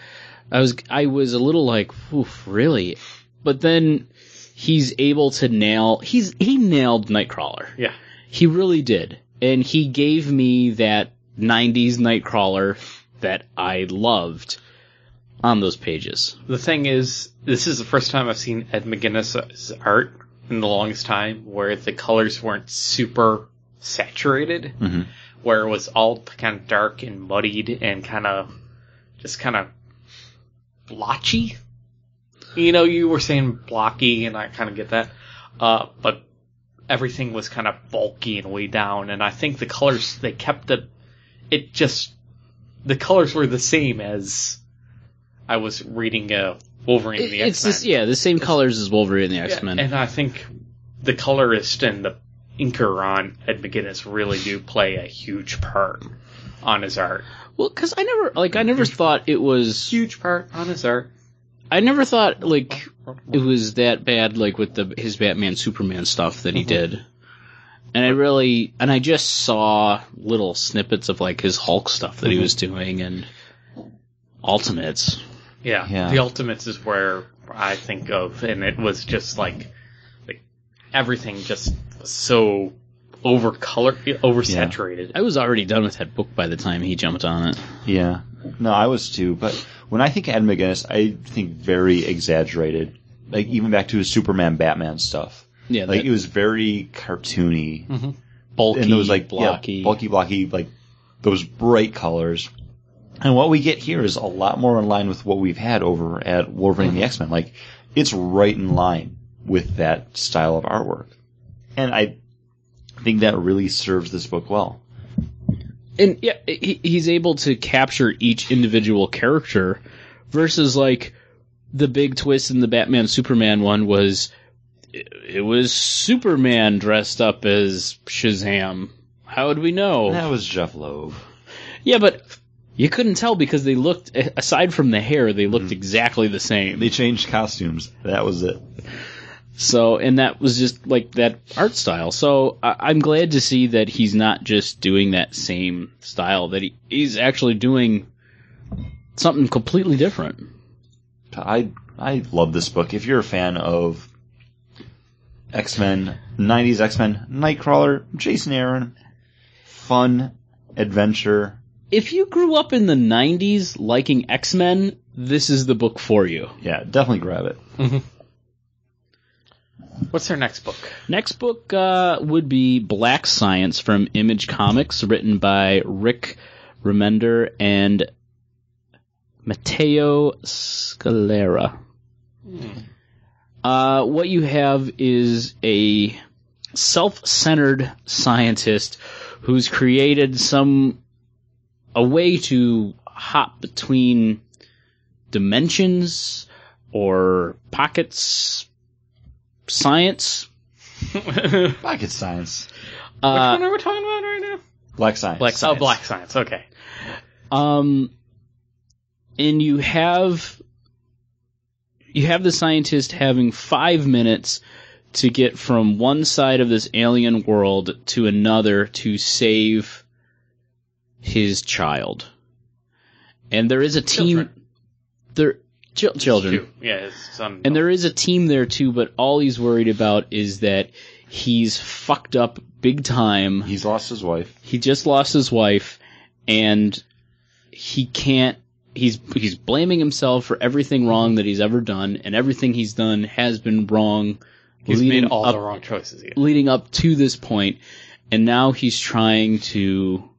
I was I was a little like oof really, but then he's able to nail he's he nailed Nightcrawler. yeah. He really did, and he gave me that '90s Nightcrawler that I loved on those pages. The thing is, this is the first time I've seen Ed McGuinness's art in the longest time where the colors weren't super saturated, where it was all kind of dark and muddied and kind of just kind of blotchy. You know, you were saying blocky, and I kind of get that. Uh, but everything was kind of bulky and way down, and I think the colors, they kept it, it just, the colors were the same as I was reading uh, Wolverine and the it's X-Men. just yeah, the same colors as Wolverine and the X Men. And I think the colorist and the inker on Ed McGuinness really do play a huge part on his art. well, because I never like I never thought it was Huge part on his art. I never thought like it was that bad like with the his Batman Superman stuff Mm-hmm. that he did. And I really and I just saw little snippets of like his Hulk stuff that he Mm-hmm. was doing and Ultimates. Yeah. Yeah. The Ultimates is where I think of, and it was just like, like everything just was so over color, oversaturated. I was already done with that book by the time he jumped on it. yeah. No, I was too. But when I think Ed McGuinness, I think very exaggerated. Like even back to his Superman, Batman stuff. Yeah, Like that it was very cartoony, bulky, and those like blocky. yeah, bulky, blocky, like those bright colors. And what we get here is a lot more in line with what we've had over at Wolverine and the X Men. Like it's right in line with that style of artwork, and I think that really serves this book well. and yeah, he, he's able to capture each individual character versus like the big twist in the Batman Superman one was it, it was Superman dressed up as Shazam. How would we know? That was Jeff Loeb. Yeah, but you couldn't tell because they looked aside from the hair, they Mm-hmm. looked exactly the same. They changed costumes. That was it. So, and that was just like that art style. So, I, I'm glad to see that he's not just doing that same style, that he, he's actually doing something completely different. I I love this book. If you're a fan of X Men, '90s X Men, Nightcrawler, Jason Aaron, fun adventure. If you grew up in the 90s liking X Men, this is the book for you. Yeah, definitely grab it. What's their next book? Next book uh, would be Black Science from Image Comics, written by Rick Remender and Matteo Scalera. Uh, what you have is a self-centered scientist who's created some a way to hop between dimensions or pockets science Pocket science. uh, Which one are we talking about right now? Black science. Black Oh, science. Black Science. Okay. Um, and you have you have the scientist having five minutes to get from one side of this alien world to another to save his child. And there is a team. Children. There, chil- children. Two. Yeah, it's some. And there is a team there too, but all he's worried about is that he's fucked up big time He's lost his wife. he just lost his wife and he can't he's he's blaming himself for everything wrong that he's ever done and everything he's done has been wrong he's leading made all up the wrong choices. Yeah. leading up to this point and now he's trying to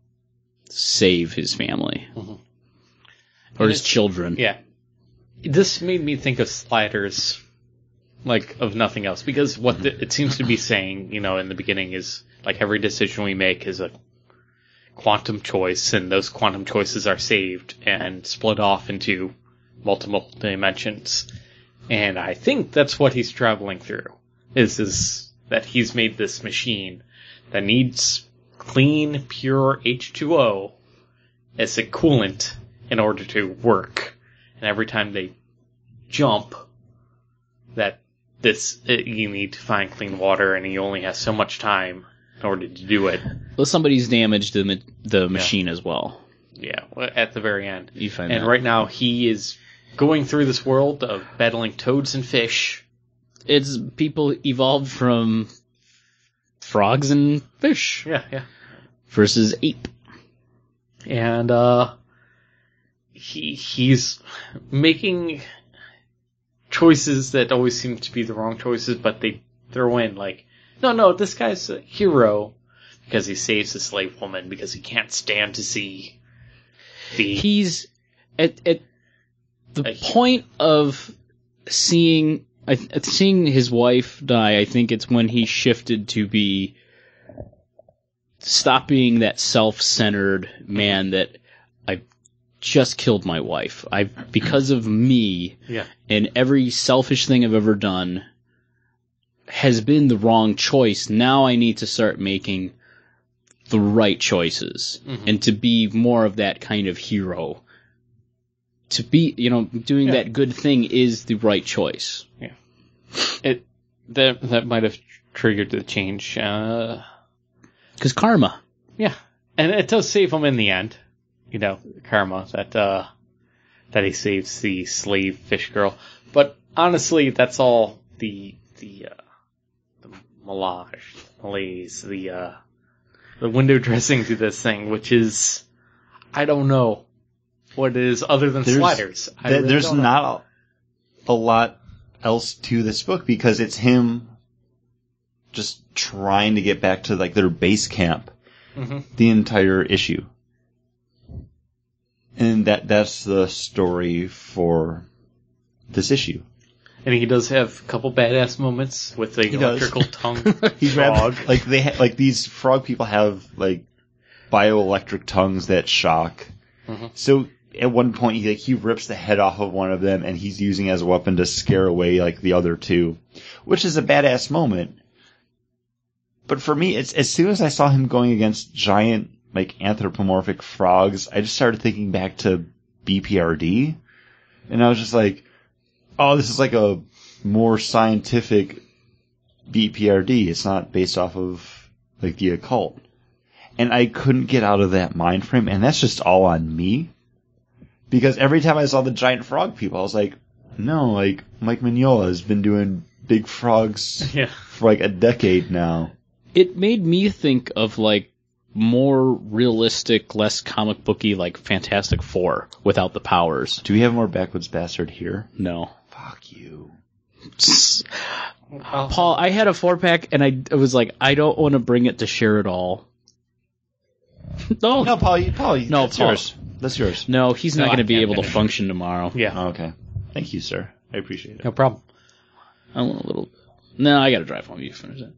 save his family or Mm-hmm. And his it's- children yeah. Um, This made me think of Sliders, like of nothing else, because what the, it seems to be saying, you know, in the beginning is like every decision we make is a quantum choice, and those quantum choices are saved and split off into multiple dimensions. And I think that's what he's traveling through. Is is that he's made this machine that needs clean, pure H2O as a coolant in order to work. And every time they jump, that this it, you need to find clean water, and he only has so much time in order to do it. well somebody's damaged the ma- the machine as well Yeah, well, at the very end. you find And that. right now he is going through this world of battling toads and fish. it's people evolved from frogs and fish Yeah, yeah. versus ape and uh he he's making choices that always seem to be the wrong choices but they throw in like no no this guy's a hero because he saves a slave woman because he can't stand to see the he's at at the Like- point of seeing I th- at seeing his wife die. I think it's when he shifted to be stop being that self-centered man that I just killed my wife. I because of me yeah and every selfish thing I've ever done has been the wrong choice. Now I need to start making the right choices and to be more of that kind of hero. To be, you know, doing that good thing is the right choice. it that that might have triggered the change uh Because karma. Yeah, and it does save him in the end. You know, karma that uh that he saves the slave fish girl. But honestly, that's all the the uh, the melange, the malaise, the uh the window dressing to this thing, which is I don't know what it is other than There's- sliders. I Th- really there's don't know. not a, a lot else to this book because it's him just trying to get back to like their base camp Mhm. the entire issue and that that's the story for this issue and he does have a couple badass moments with the He does. electrical tongue. He's frog. like they ha- like these frog people have like bioelectric tongues that shock. So at one point he like, he rips the head off of one of them and he's using it as a weapon to scare away like the other two, which is a badass moment. But for me, it's as soon as I saw him going against giant like anthropomorphic frogs, I just started thinking back to BPRD, and I was just like, oh, this is like a more scientific BPRD. It's not based off of like the occult. And I couldn't get out of that mind frame, and that's just all on me. Because every time I saw the giant frog people, I was like, no, like Mike Mignola has been doing big frogs yeah. for like a decade now. It made me think of like more realistic, less comic booky, like Fantastic Four without the powers. Do we have more backwoods bastard here? No. Fuck you. Paul, I had a four pack and I, I was like, I don't want to bring it to share at all. no, No, Paul, you, Paul, you, no, that's Paul. yours. That's yours. No, he's not No, going to I be can't able to finish. function tomorrow. Yeah, Okay. Thank you, sir. I appreciate it. no problem. I want a little. No, I got to drive home. You finish that.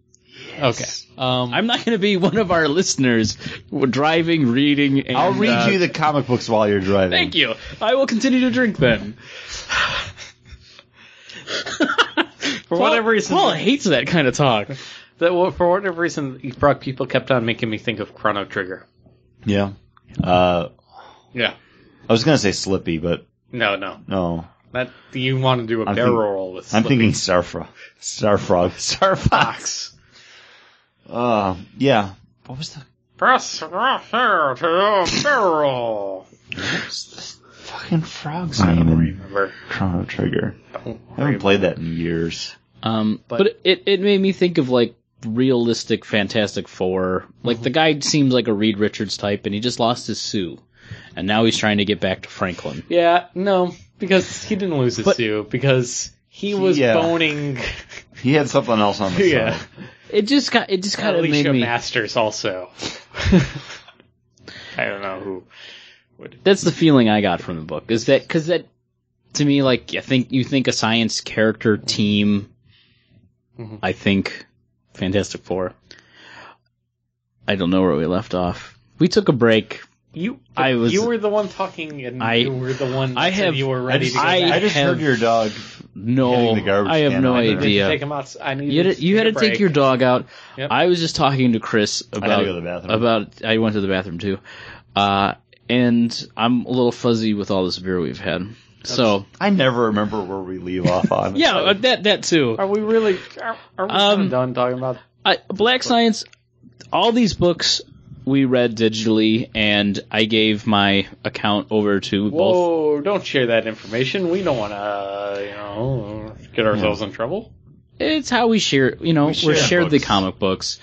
Okay. Um, I'm not going to be one of our listeners driving, reading. And, I'll read uh, you the comic books while you're driving. Thank you. I will continue to drink then. for whatever reason, Paul hates that kind of talk. that, well, for whatever reason, the frog people kept on making me think of Chrono Trigger. Yeah. Uh, Yeah. I was gonna say Slippy, but No, no. no. That you want to do a I'm barrel think- roll with? I'm Slippy. thinking Starfrog. Starfrog. Starfox. Fox. Uh, yeah. What was the Press right here to the barrel. fucking frog's name in Remember? Chrono Trigger? Don't I haven't played that in years. Um, But- but, it, it made me think of like realistic Fantastic Four. Like the guy seems like a Reed Richards type, and he just lost his Sue, and now he's trying to get back to Franklin. Yeah, no, because he didn't lose his But- sue because he was Yeah. boning. He had something else on the yeah, side. It just got it just kind of made Alicia me. Masters also. I don't know who. That's the feeling I got from the book. Is that because that to me like I think you think a science character team. Mhm. I think Fantastic Four. I don't know where we left off. We took a break. You, I was- You were the one talking, and I- you were the one. that I said have- You were I ready just, to go I back. I just have- heard your dog. No, Hitting the garbage I have can, no I didn't I need to idea. Take him out. I need You had to, you had to take your dog out. Yep. I was just talking to Chris gotta about go to the bathroom. about I went to the bathroom too, uh, and I'm a little fuzzy with all this beer we've had. so I never remember where we leave off on. yeah, uh, that that too. Are we really? Are, are we Um, kinda done talking about? I, Uh, Black Science, all these books we read digitally, and I gave my account over to both. Whoa! Don't share that information. We don't want to, you know, get ourselves in trouble. It's how we share. You know, we share are shared the books. comic books.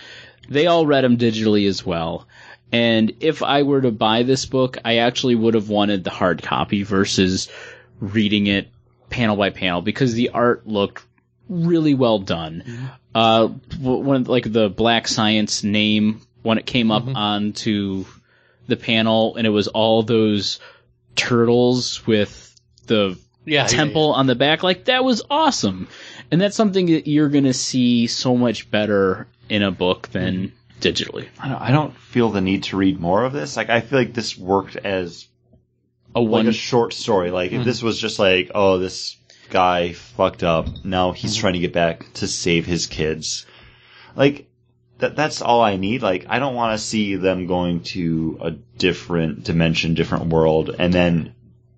They all read them digitally as well. And if I were to buy this book, I actually would have wanted the hard copy versus reading it panel by panel because the art looked really well done. Uh, w- one like the Black Science name when it came up onto the panel, and it was all those turtles with the Yeah. temple on the back. Like that was awesome, and that's something that you're gonna see so much better in a book than Mm-hmm. digitally. I don't, I don't feel the need to read more of this. Like I feel like this worked as A like one, a short story. Like Hmm. if this was just like, oh, this guy fucked up. Now Hmm. he's trying to get back to save his kids. Like that. That's all I need. Like I don't want to see them going to a different dimension, different world, and then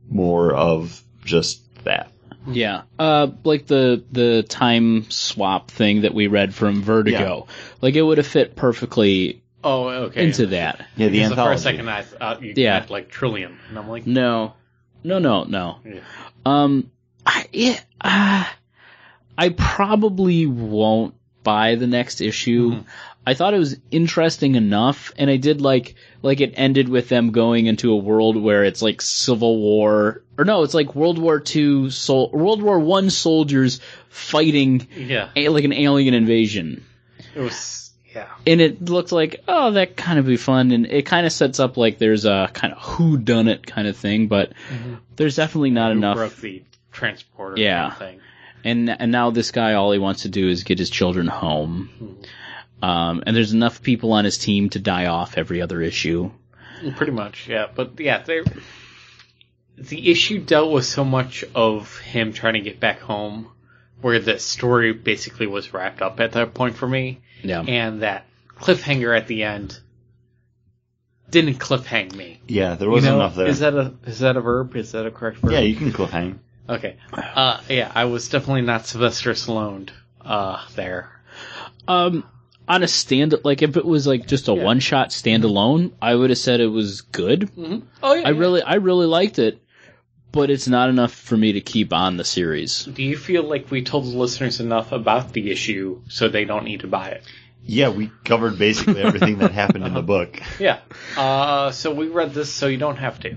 more of just that. yeah, uh, like the the time swap thing that we read from Vertigo. Like it would have fit perfectly Oh, okay. into that. Yeah, the Because anthology. for a second I thought you Yeah. Mm. meant like trillion, and I'm like, No, no, no, no. Yeah. Um, I yeah, uh, I probably won't buy the next issue. I thought it was interesting enough, and I did like like it ended with them going into a world where it's like Civil War, or no, it's like World War Two, sol- World War One soldiers fighting yeah, a- like an alien invasion it was, yeah, and it looked like oh that kind of be fun and it kind of sets up like there's a kind of who done it kind of thing but there's definitely not Who enough broke the transporter Yeah. thing. and and now this guy all he wants to do is get his children home um, and there's enough people on his team to die off every other issue Pretty much, yeah. But yeah, they the issue dealt with so much of him trying to get back home, where the story basically was wrapped up at that point for me, yeah Um, and that cliffhanger at the end didn't cliffhang me. Yeah, there You wasn't know, enough there. Is that a is that a verb? Is that a correct verb? yeah, you can cliffhang. Okay. Uh, yeah, I was definitely not Sylvester Stallone uh, there. um on a stand like if it was like just a one shot standalone i would have said it was good Oh yeah. i really i really liked it but it's not enough for me to keep on the series Do you feel like we told the listeners enough about the issue so they don't need to buy it? Yeah, we covered basically everything that happened in the book. Yeah. Uh, so we read this so you don't have to.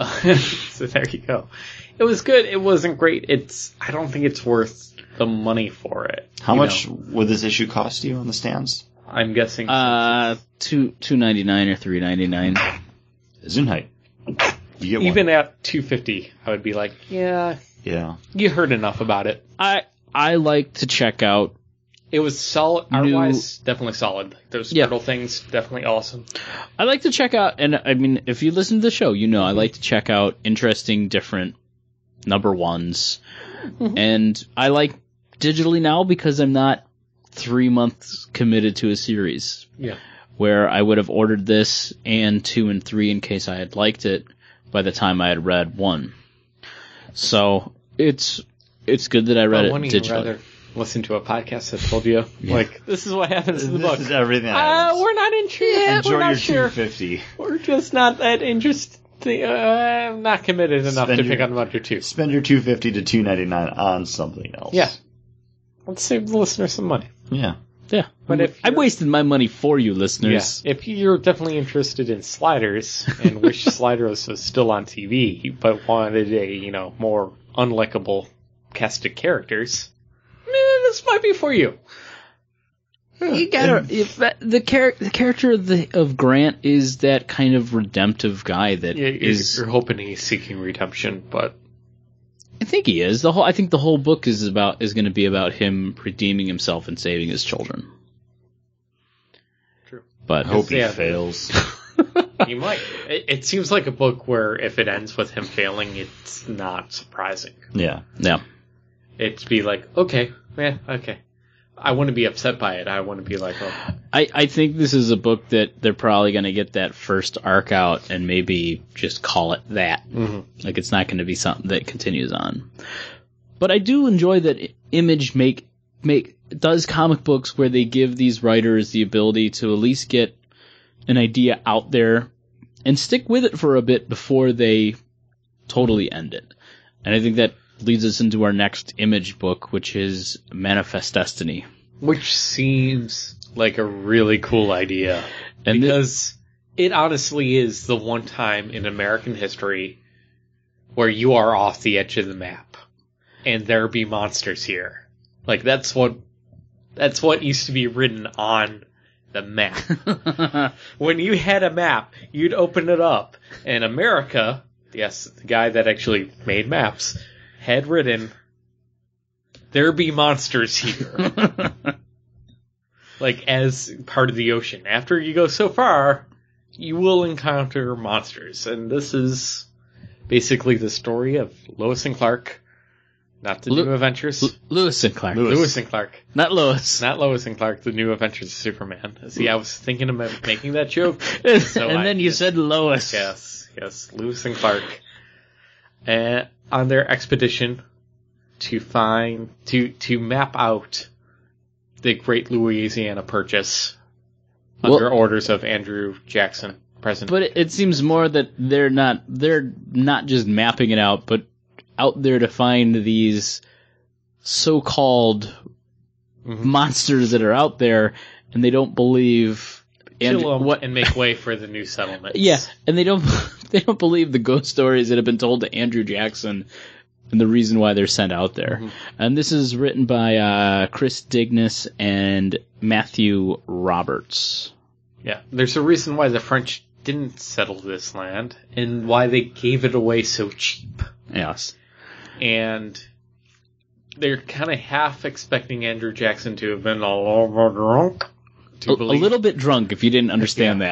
so there you go. It was good. It wasn't great. It's. I don't think it's worth the money for it. How you much know. would this issue cost you on the stands? I'm guessing. Uh, two two ninety nine or three ninety nine. Zoom height. You get Even one. at 250, I would be like, yeah, Yeah. you heard enough about it. I I like to check out. It was solid. New- Art wise, definitely solid. Those Yeah. little things, definitely awesome. I like to check out, and I mean, if you listen to the show, you know I like to check out interesting, different number ones, and I like digitally now because I'm not three months committed to a series. Yeah. where I would have ordered this and two and three in case I had liked it by the time I had read one. So it's it's good that I read I it wouldn't even digitally. rather listen to a podcast that told you, like, this is what happens in the This book. is everything. I Uh, was. we're not intrigued. Enjoy we're not your sure. 250. We're just not that interested. Uh, I'm not committed enough Spend to your- pick on Roger 2. Spend your 250 to 299 on something else. Yeah. Let's save the listener some money. Yeah. Yeah, But if I you're- wasted my money for you, listeners. Yeah. If you're definitely interested in sliders and wish sliders was still on TV, but wanted a, you know, more unlikable cast of characters, eh, this might be for you. You gotta if that, the char- the character of the of Grant is that kind of redemptive guy that Yeah, you're, is- you're hoping he's seeking redemption, but I think he is the whole. I think the whole book is about is going to be about him redeeming himself and saving his children. True. But Hope he Yeah. fails. you might. It, it seems like a book where if it ends with him failing, it's not surprising. yeah. yeah, It'd be like, okay, yeah, okay. I wouldn't be upset by it. I wouldn't be like, oh, I, I think this is a book that they're probably going to get that first arc out and maybe just call it that. Like it's not going to be something that continues on. But I do enjoy that I- Image make make does comic books where they give these writers the ability to at least get an idea out there and stick with it for a bit before they totally end it. And I think that leads us into our next Image book, which is Manifest Destiny. which seems like a really cool idea. And thi- because it honestly is the one time in American history where you are off the edge of the map and there be monsters here. Like that's what that's what used to be written on the map. when you had a map, you'd open it up and America, yes, the guy that actually made maps had written there be monsters here like as part of the ocean. After you go so far, you will encounter monsters, and this is basically the story of Lois and Clark, not the Lu- New Adventures. Lewis and Clark. Lewis. Lois and Clark, Not Lois. not Lois and Clark, the New Adventures of Superman. See, I was thinking about making that joke, and I then you just- said Lois. Yes, yes, Lewis and Clark, uh, on their expedition to find to to map out the Great Louisiana Purchase Well- under orders of Andrew Jackson, President. But it, it seems more that they're not they're not just mapping it out, but out there to find these so-called Mm-hmm. monsters that are out there, and they don't believe Kill Andrew- 'em what and make way for the new settlement. um, Yeah, and they don't they don't believe the ghost stories that have been told to Andrew Jackson and the reason why they're sent out there. Mm-hmm. And this is written by uh, Chris Dignas and Matthew Roberts. yeah. There's a reason why the French didn't settle this land and why they gave it away so cheap. Yes. and they're kind of half expecting Andrew Jackson to have been a little drunk. A, To a believe. little bit drunk if you didn't understand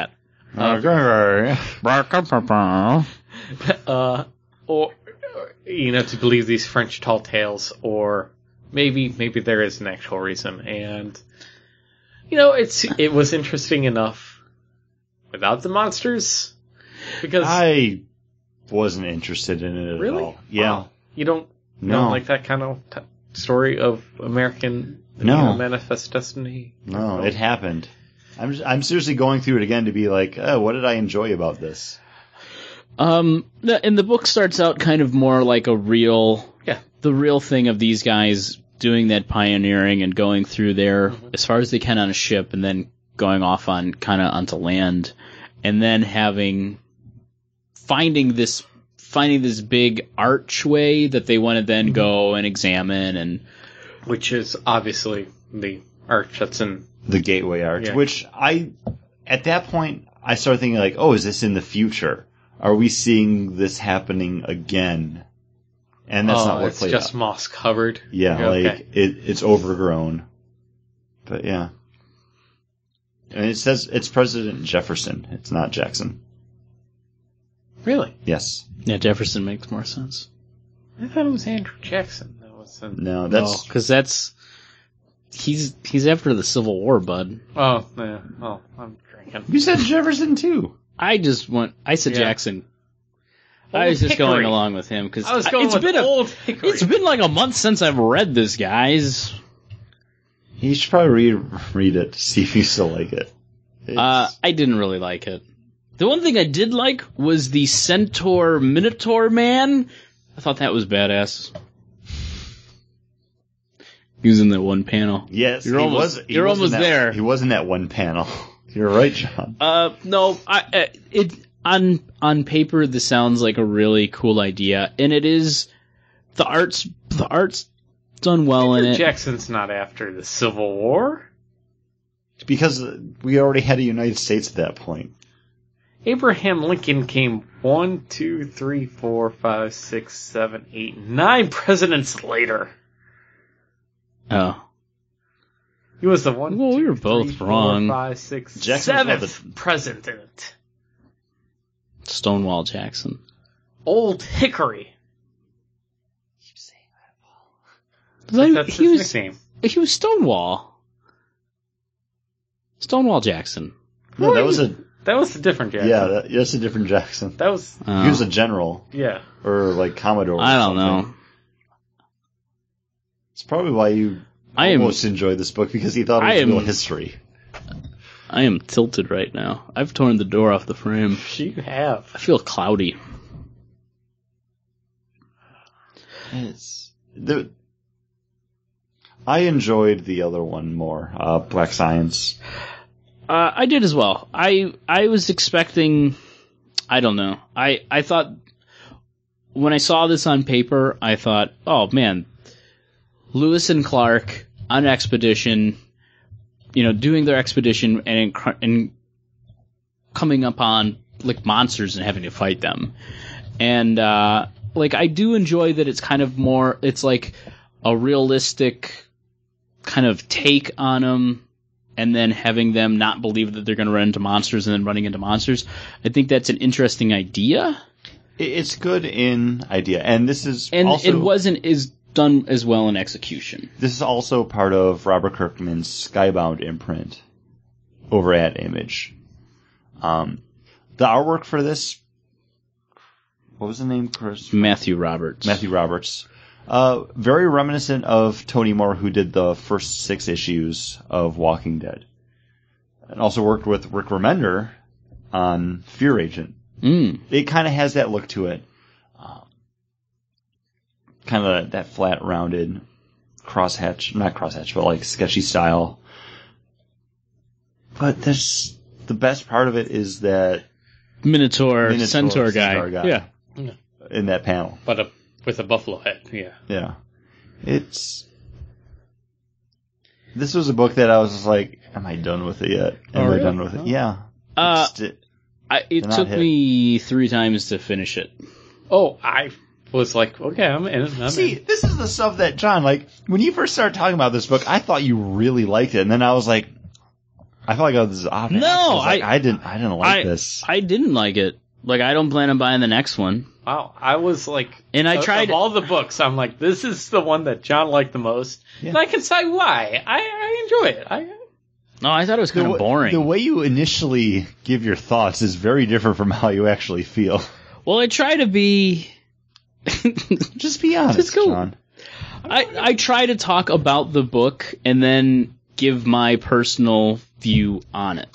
Uh, that. uh, or, or, you know, to believe these French tall tales, or maybe maybe there is an actual reason. And you know, it's it was interesting enough without the monsters because I wasn't interested in it at Really? all. Yeah. Wow. you don't you No. don't like that kind of t- story of American you No. know, manifest destiny. No, it happened. I'm just, I'm seriously going through it again to be like, oh, what did I enjoy about this? Um, the- and the book starts out kind of more like a real, Yeah. the real thing of these guys doing that pioneering and going through there as far as they can on a ship, and then going off on kind of onto land, and then having finding this finding this big archway that they want to then go and examine and which is obviously the arch that's in. The Gateway Arch, Yeah. which I, at that point, I started thinking like, oh, is this in the future? are we seeing this happening again? And that's oh, not what it's played just out. moss covered. Yeah, Okay. like it, it's overgrown. But yeah, and it says it's President Jefferson. It's not Jackson. really? Yes. Yeah, Jefferson makes more sense. I thought it was Andrew Jackson. That was in... No, That's that's because Oh, that's he's he's after the Civil War, bud. Oh, yeah. Oh, I'm drinking. you said Jefferson too. I just went. I said Yeah. Jackson. I was just Hickory. going along with him because I was going with been a, old Hickory. it's been like a month since I've read this, guys. You should probably read, read it to see if you still like it. It's- Uh, I didn't really like it. The one thing I did like was the Centaur Minotaur man. I thought that was badass. He was in that one panel. yes, you're he almost- was. he you're was in almost that- there. He was in that one panel. You're right, John. Uh, no, I, I it on on paper this sounds like a really cool idea, and it is. The arts, the arts, done well in Andrew it. Jackson's not after the Civil War. Because we already had a United States at that point. Abraham Lincoln came one, two, three, four, five, six, seven, eight, nine presidents later. Oh, He was the one. Well, we two, were both three, four, wrong. five, six, Jackson was seventh the- president. Stonewall Jackson. Old Hickory. That's he his was nickname. he was Stonewall. Stonewall Jackson. No, that was a That was a different Jackson. yeah. That, that's a different Jackson. That was Oh, He was a general yeah. or like commodore. or I don't something. know. It's probably why you I am- almost enjoyed this book because he thought it I was am- real history. I am tilted right now. I've torn the door off the frame. You have. I feel cloudy. The- I enjoyed the other one more, uh, Black Science. Uh, I did as well. I I was expecting. I don't know. I I thought when I saw this on paper, I thought, oh man, Lewis and Clark on expedition, you know, doing their expedition and inc- and coming upon like monsters and having to fight them, and uh, like I do enjoy that it's kind of more. It's like a realistic kind of take on them and then having them not believe that they're going to run into monsters and then running into monsters. I think that's an interesting idea, I- It's good in idea, and this is and also it wasn't is done as well in execution. this is also part of Robert Kirkman's Skybound imprint over at Image. Um, the artwork for this, what was the name, Chris? Matthew Roberts. Matthew Roberts. Uh, very reminiscent of Tony Moore, who did the first six issues of Walking Dead, and also worked with Rick Remender on Fear Agent. Mm. It kind of has that look to it, um, kind of that flat, rounded crosshatch, not crosshatch, but like sketchy style. But this, the best part of it is that Minotaur, Minotaur, centaur guy. centaur guy. Yeah. in that panel. But a, with a buffalo head. Yeah. Yeah. It's. This was a book that I was just like, am I done with it yet? Am Oh, I really? done with it? Yeah. Uh, It's di- I, it not took hit. me three times to finish it. Oh, I was like, okay, I'm in. I'm in. See, this is the stuff that, John, like, when you first started talking about this book, I thought you really liked it. And then I was like, I felt like oh, this is odd. I, No, was like, I- I didn't, I didn't like I- this. I didn't like it. Like I don't plan on buying the next one. Wow, I was like, And I of- tried- of all the books. I'm like, this is the one that John liked the most, Yeah. and I can say why. I, I enjoy it. I No, I thought it was kind the, of wa- boring. the way you initially give your thoughts is very different from how you actually feel. well, I try to be. Just be honest, Just go- John. I, I try to talk about the book and then give my personal view on it.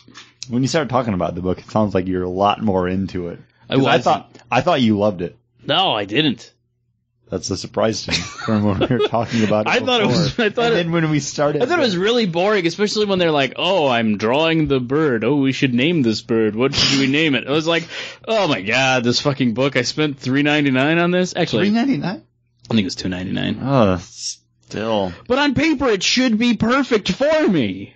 When you started talking about the book, it sounds like you're a lot more into it. I 'Cause I wasn't. thought, I thought you loved it. No, I didn't. That's a surprise to me from when we were talking about it. I thought it was- before. I thought and it- then when we started, I thought it was really boring, especially when they're like, "Oh, I'm drawing the bird. Oh, we should name this bird. What should we name it?" I was like, "Oh my god, this fucking book. I spent three ninety nine on this. Actually, three I ninety nine. think it was two ninety nine. Oh, still. But on paper, it should be perfect for me.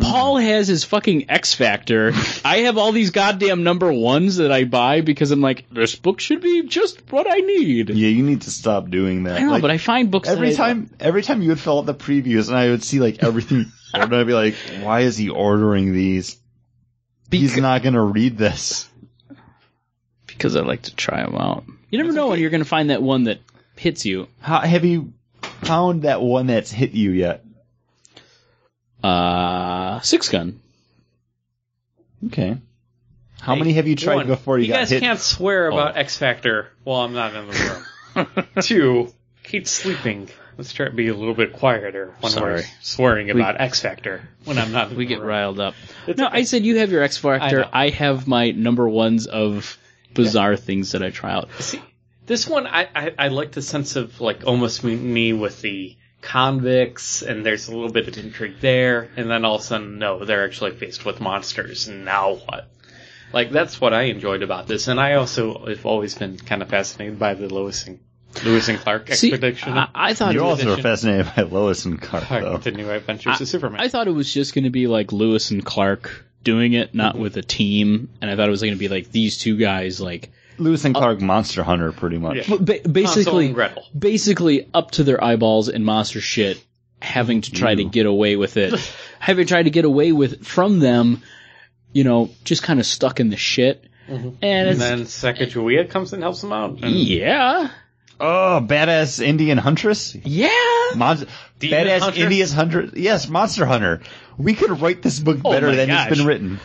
Paul has his fucking X Factor. I have all these goddamn number ones that I buy because I'm like, this book should be just what I need. Yeah, you need to stop doing that. I don't know, Like, but I find books every that I- time, every time you would fill out the previews, and I would see like everything, and I'd be like, "Why is he ordering these? He's not gonna read this." because I like to try them out. You never know when you're going to find that one that hits you. How, have you found that one that's hit you yet? Uh, six gun. Okay. How many have you tried One, before you, you got guys hit? can't swear about X Factor while I'm not in the room. Two, Kate's sleeping. Let's try to be a little bit quieter when Sorry. we're swearing about X Factor when I'm not. In We the get room. riled up. no, I said you have your X Factor. know. I, have my number ones of bizarre things that I try out. See, this one I, I, I like the sense of like almost mutiny with the convicts, and there's a little bit of intrigue there, and then all of a sudden, no, they're actually faced with monsters. and Now what? Like that's what I enjoyed about this, and I also have always been kind of fascinated by the Lewis and Lewis and Clark See, expedition. I, I thought You're it was- also fascinated by Lois and Clark, Clark, though. the new adventures of Superman. I thought it was just going to be like Lewis and Clark doing it, not Mm-hmm. with a team. And I thought it was going to be like these two guys, like Lewis Uh, and Clark, Monster Hunter, pretty much. Yeah. Well, ba- Hansel basically, and Gretel. basically up to their eyeballs in monster shit, having to try to get away with it, having tried to get away with from them, you know, just kind of stuck in the shit. Mm-hmm. And it's and then Sacagawea comes and helps them out. And yeah, Oh, badass Indian huntress. yeah. Monster, Demon badass hunter? Indian hunter. Yes, Monster Hunter. We could write this book better Oh my than gosh. it's been written.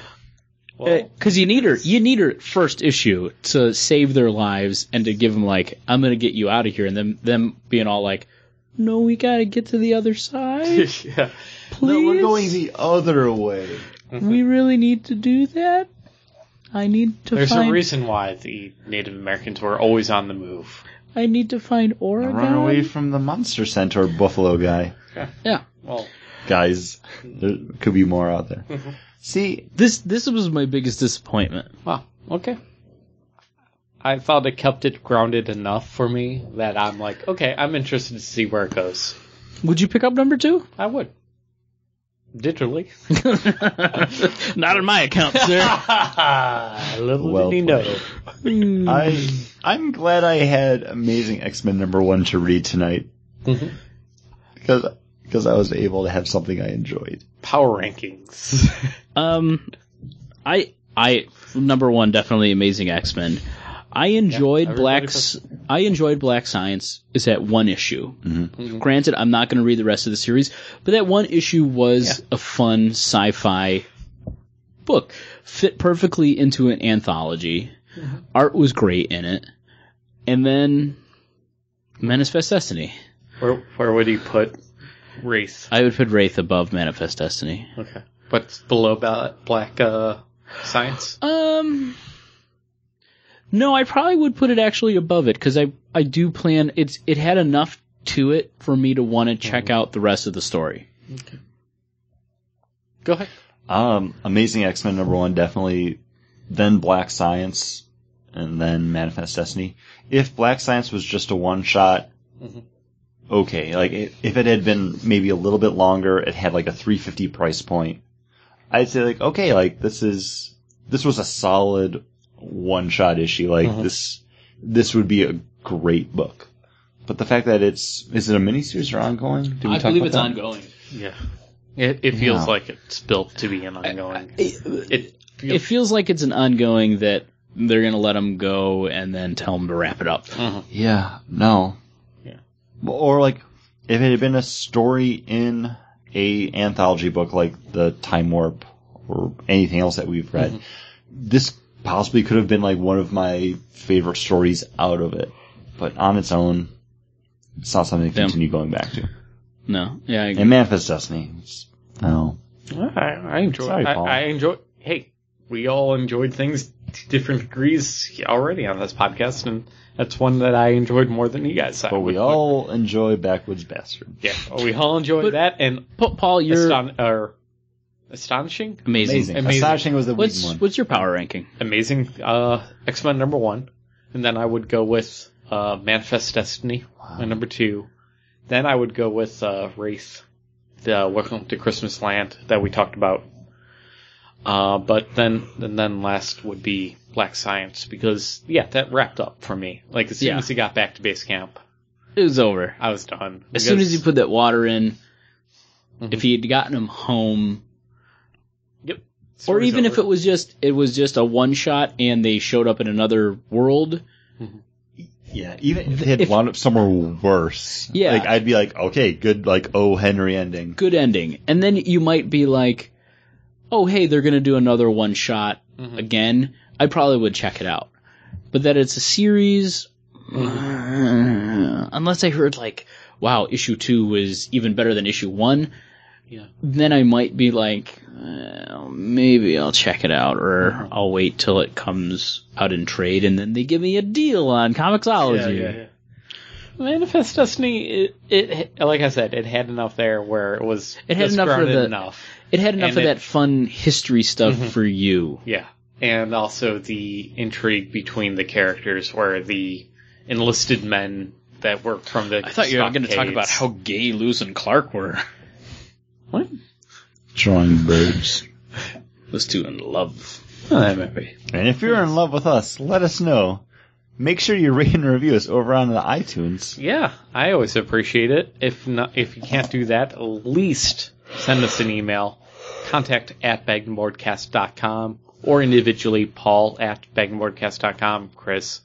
well, Because you need her, you need her first issue to save their lives and to give them like, I'm gonna get you out of here, and then them being all like, No, we gotta get to the other side. yeah. Please, the other way. we really need to do that. I need to There's find. a reason why the Native Americans were always on the move. I need to find Oregon. Run away from the monster centaur buffalo guy. Yeah. Well, Guys, there could be more out there. See, This this was my biggest disappointment. Wow. Okay. I thought it kept it grounded enough for me that I'm like, okay, I'm interested to see where it goes. Would you pick up number two? I would. Digitally. Not in my account, sir. Little Well did he know. I I'm glad I had Amazing X Men number one to read tonight Mhm. Mm-hmm. because because I was able to have something I enjoyed. Power rankings. um, I I number one definitely amazing X Men. I enjoyed everybody Black's. I enjoyed Black Science. Is that one issue? Granted, I'm not going to read the rest of the series, but that one issue was a fun sci-fi book. Fit perfectly into an anthology. Art was great in it, and then Manifest Destiny. where, where would he put race? I would put Wraith above Manifest Destiny. Okay. What's below ba- black uh, science? Um, no, I probably would put it actually above it because I I do plan it's it had enough to it for me to want to Mm-hmm. check out the rest of the story. Go ahead. Um, Amazing X Men number one definitely, then Black Science, and then Manifest Destiny. If Black Science was just a one shot, okay. Like i if it had been maybe a little bit longer, it had like a three fifty price point. I'd say like okay, like this is this was a solid one shot issue. Like this this would be a great book. But the fact that it's is it a miniseries or ongoing? Did we talk about that? ongoing. Yeah. It, it feels Yeah. like it's built to be an ongoing. it It feels feels like it's an ongoing that they're gonna let them go and then tell them to wrap it up. Uh-huh. Yeah, no. Yeah. Or like, if it had been a story in a anthology book like the Time Warp or anything else that we've Mm-hmm. read, this possibly could have been like one of my favorite stories out of it. But on its own, it's not something to Yeah. continue going back to. No, yeah, I agree. And Manifest Destiny, it's, no. I, I enjoy. Sorry, I, Paul. I enjoy. Hey, we all enjoyed things to different degrees already on this podcast, and that's one that I enjoyed more than you guys. I But we would- all enjoy Backwoods Bastard. yeah, we all enjoyed But- that, and Pa- Paul, you're aston- or astonishing, amazing. Amazing. Amazing. Astonishing was the What's Whedon one. what's your power ranking? amazing uh, X Men number one, and then I would go with uh, Manifest Destiny my number two, then I would go with uh, Wraith the Welcome to Christmas Land that we talked about. Uh, but then, and then last would be Black Science because yeah, that wrapped up for me. Like as soon Yeah. as he got back to base camp, It was over. I was done. As soon as Because- he put that water in, Mhm. if he had gotten him home, Yep. or Story's even if over. it was just it was just a one shot and they showed up in another world, Yeah, even if they had wound up somewhere worse. Yeah. Like, I'd be like, okay, good, like, oh, Henry ending. good ending. And then you might be like, oh hey, they're gonna do another one shot again. I probably would check it out. But that it's a series, unless I heard like, wow, issue two was even better than issue one. Yeah. Then I might be like, well, maybe I'll check it out, or I'll wait till it comes out in trade, and then they give me a deal on Comixology. Manifest Destiny, it, it like I said, it had enough there where it was It had just enough for grounded the- enough. It Mm-hmm. had enough And of it- that fun history stuff for you. Yeah. And also the intrigue between the characters where the enlisted men that work from the I thought you were going to talk about stockades- how gay Luz and Clark were. What? Drawing birds. Those two in love. Oh, that might be. And if you're in love with us, let us know. Make sure you rate and review us over on the iTunes. Yeah, I always appreciate it. If not, if you can't do that, at least send us an email. Contact at com or individually Paul at com, Chris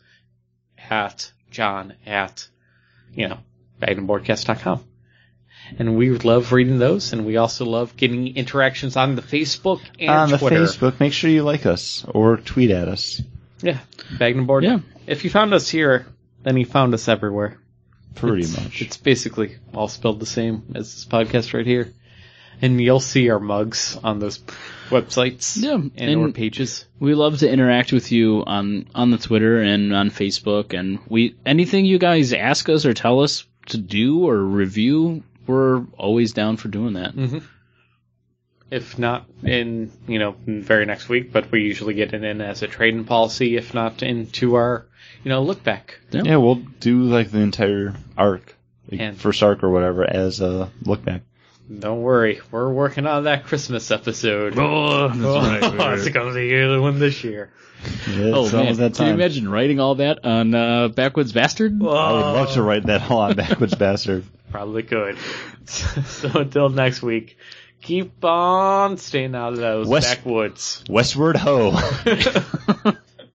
at John at, you know, com. And we love reading those, and we also love getting interactions on the Facebook and on the Twitter. Facebook, make sure you like us or tweet at us. Yeah, Bagnum Board. Yeah. If you found us here, then you found us everywhere. Pretty It's- much. It's basically all spelled the same as this podcast right here. And you'll see our mugs on those websites Yeah, and, and- or pages. We love to interact with you on on the Twitter and on Facebook, and we anything you guys ask us or tell us to do or review, we're always down for doing that. If not in, you know, very next week, but we usually get it in as a trading policy, if not into our, you know, look back. Yeah, we'll do like the entire arc, like, And- first arc or whatever, as a look back. Don't worry, we're working on that Christmas episode. Oh, that's it's going to be the other one this year. It's almost that Oh, can you time. imagine writing all that on uh, Backwoods Bastard? I would love to write that all on Backwards Bastard. Oh, Probably could. so until next week, keep on staying out of those West- backwoods. Westward Ho!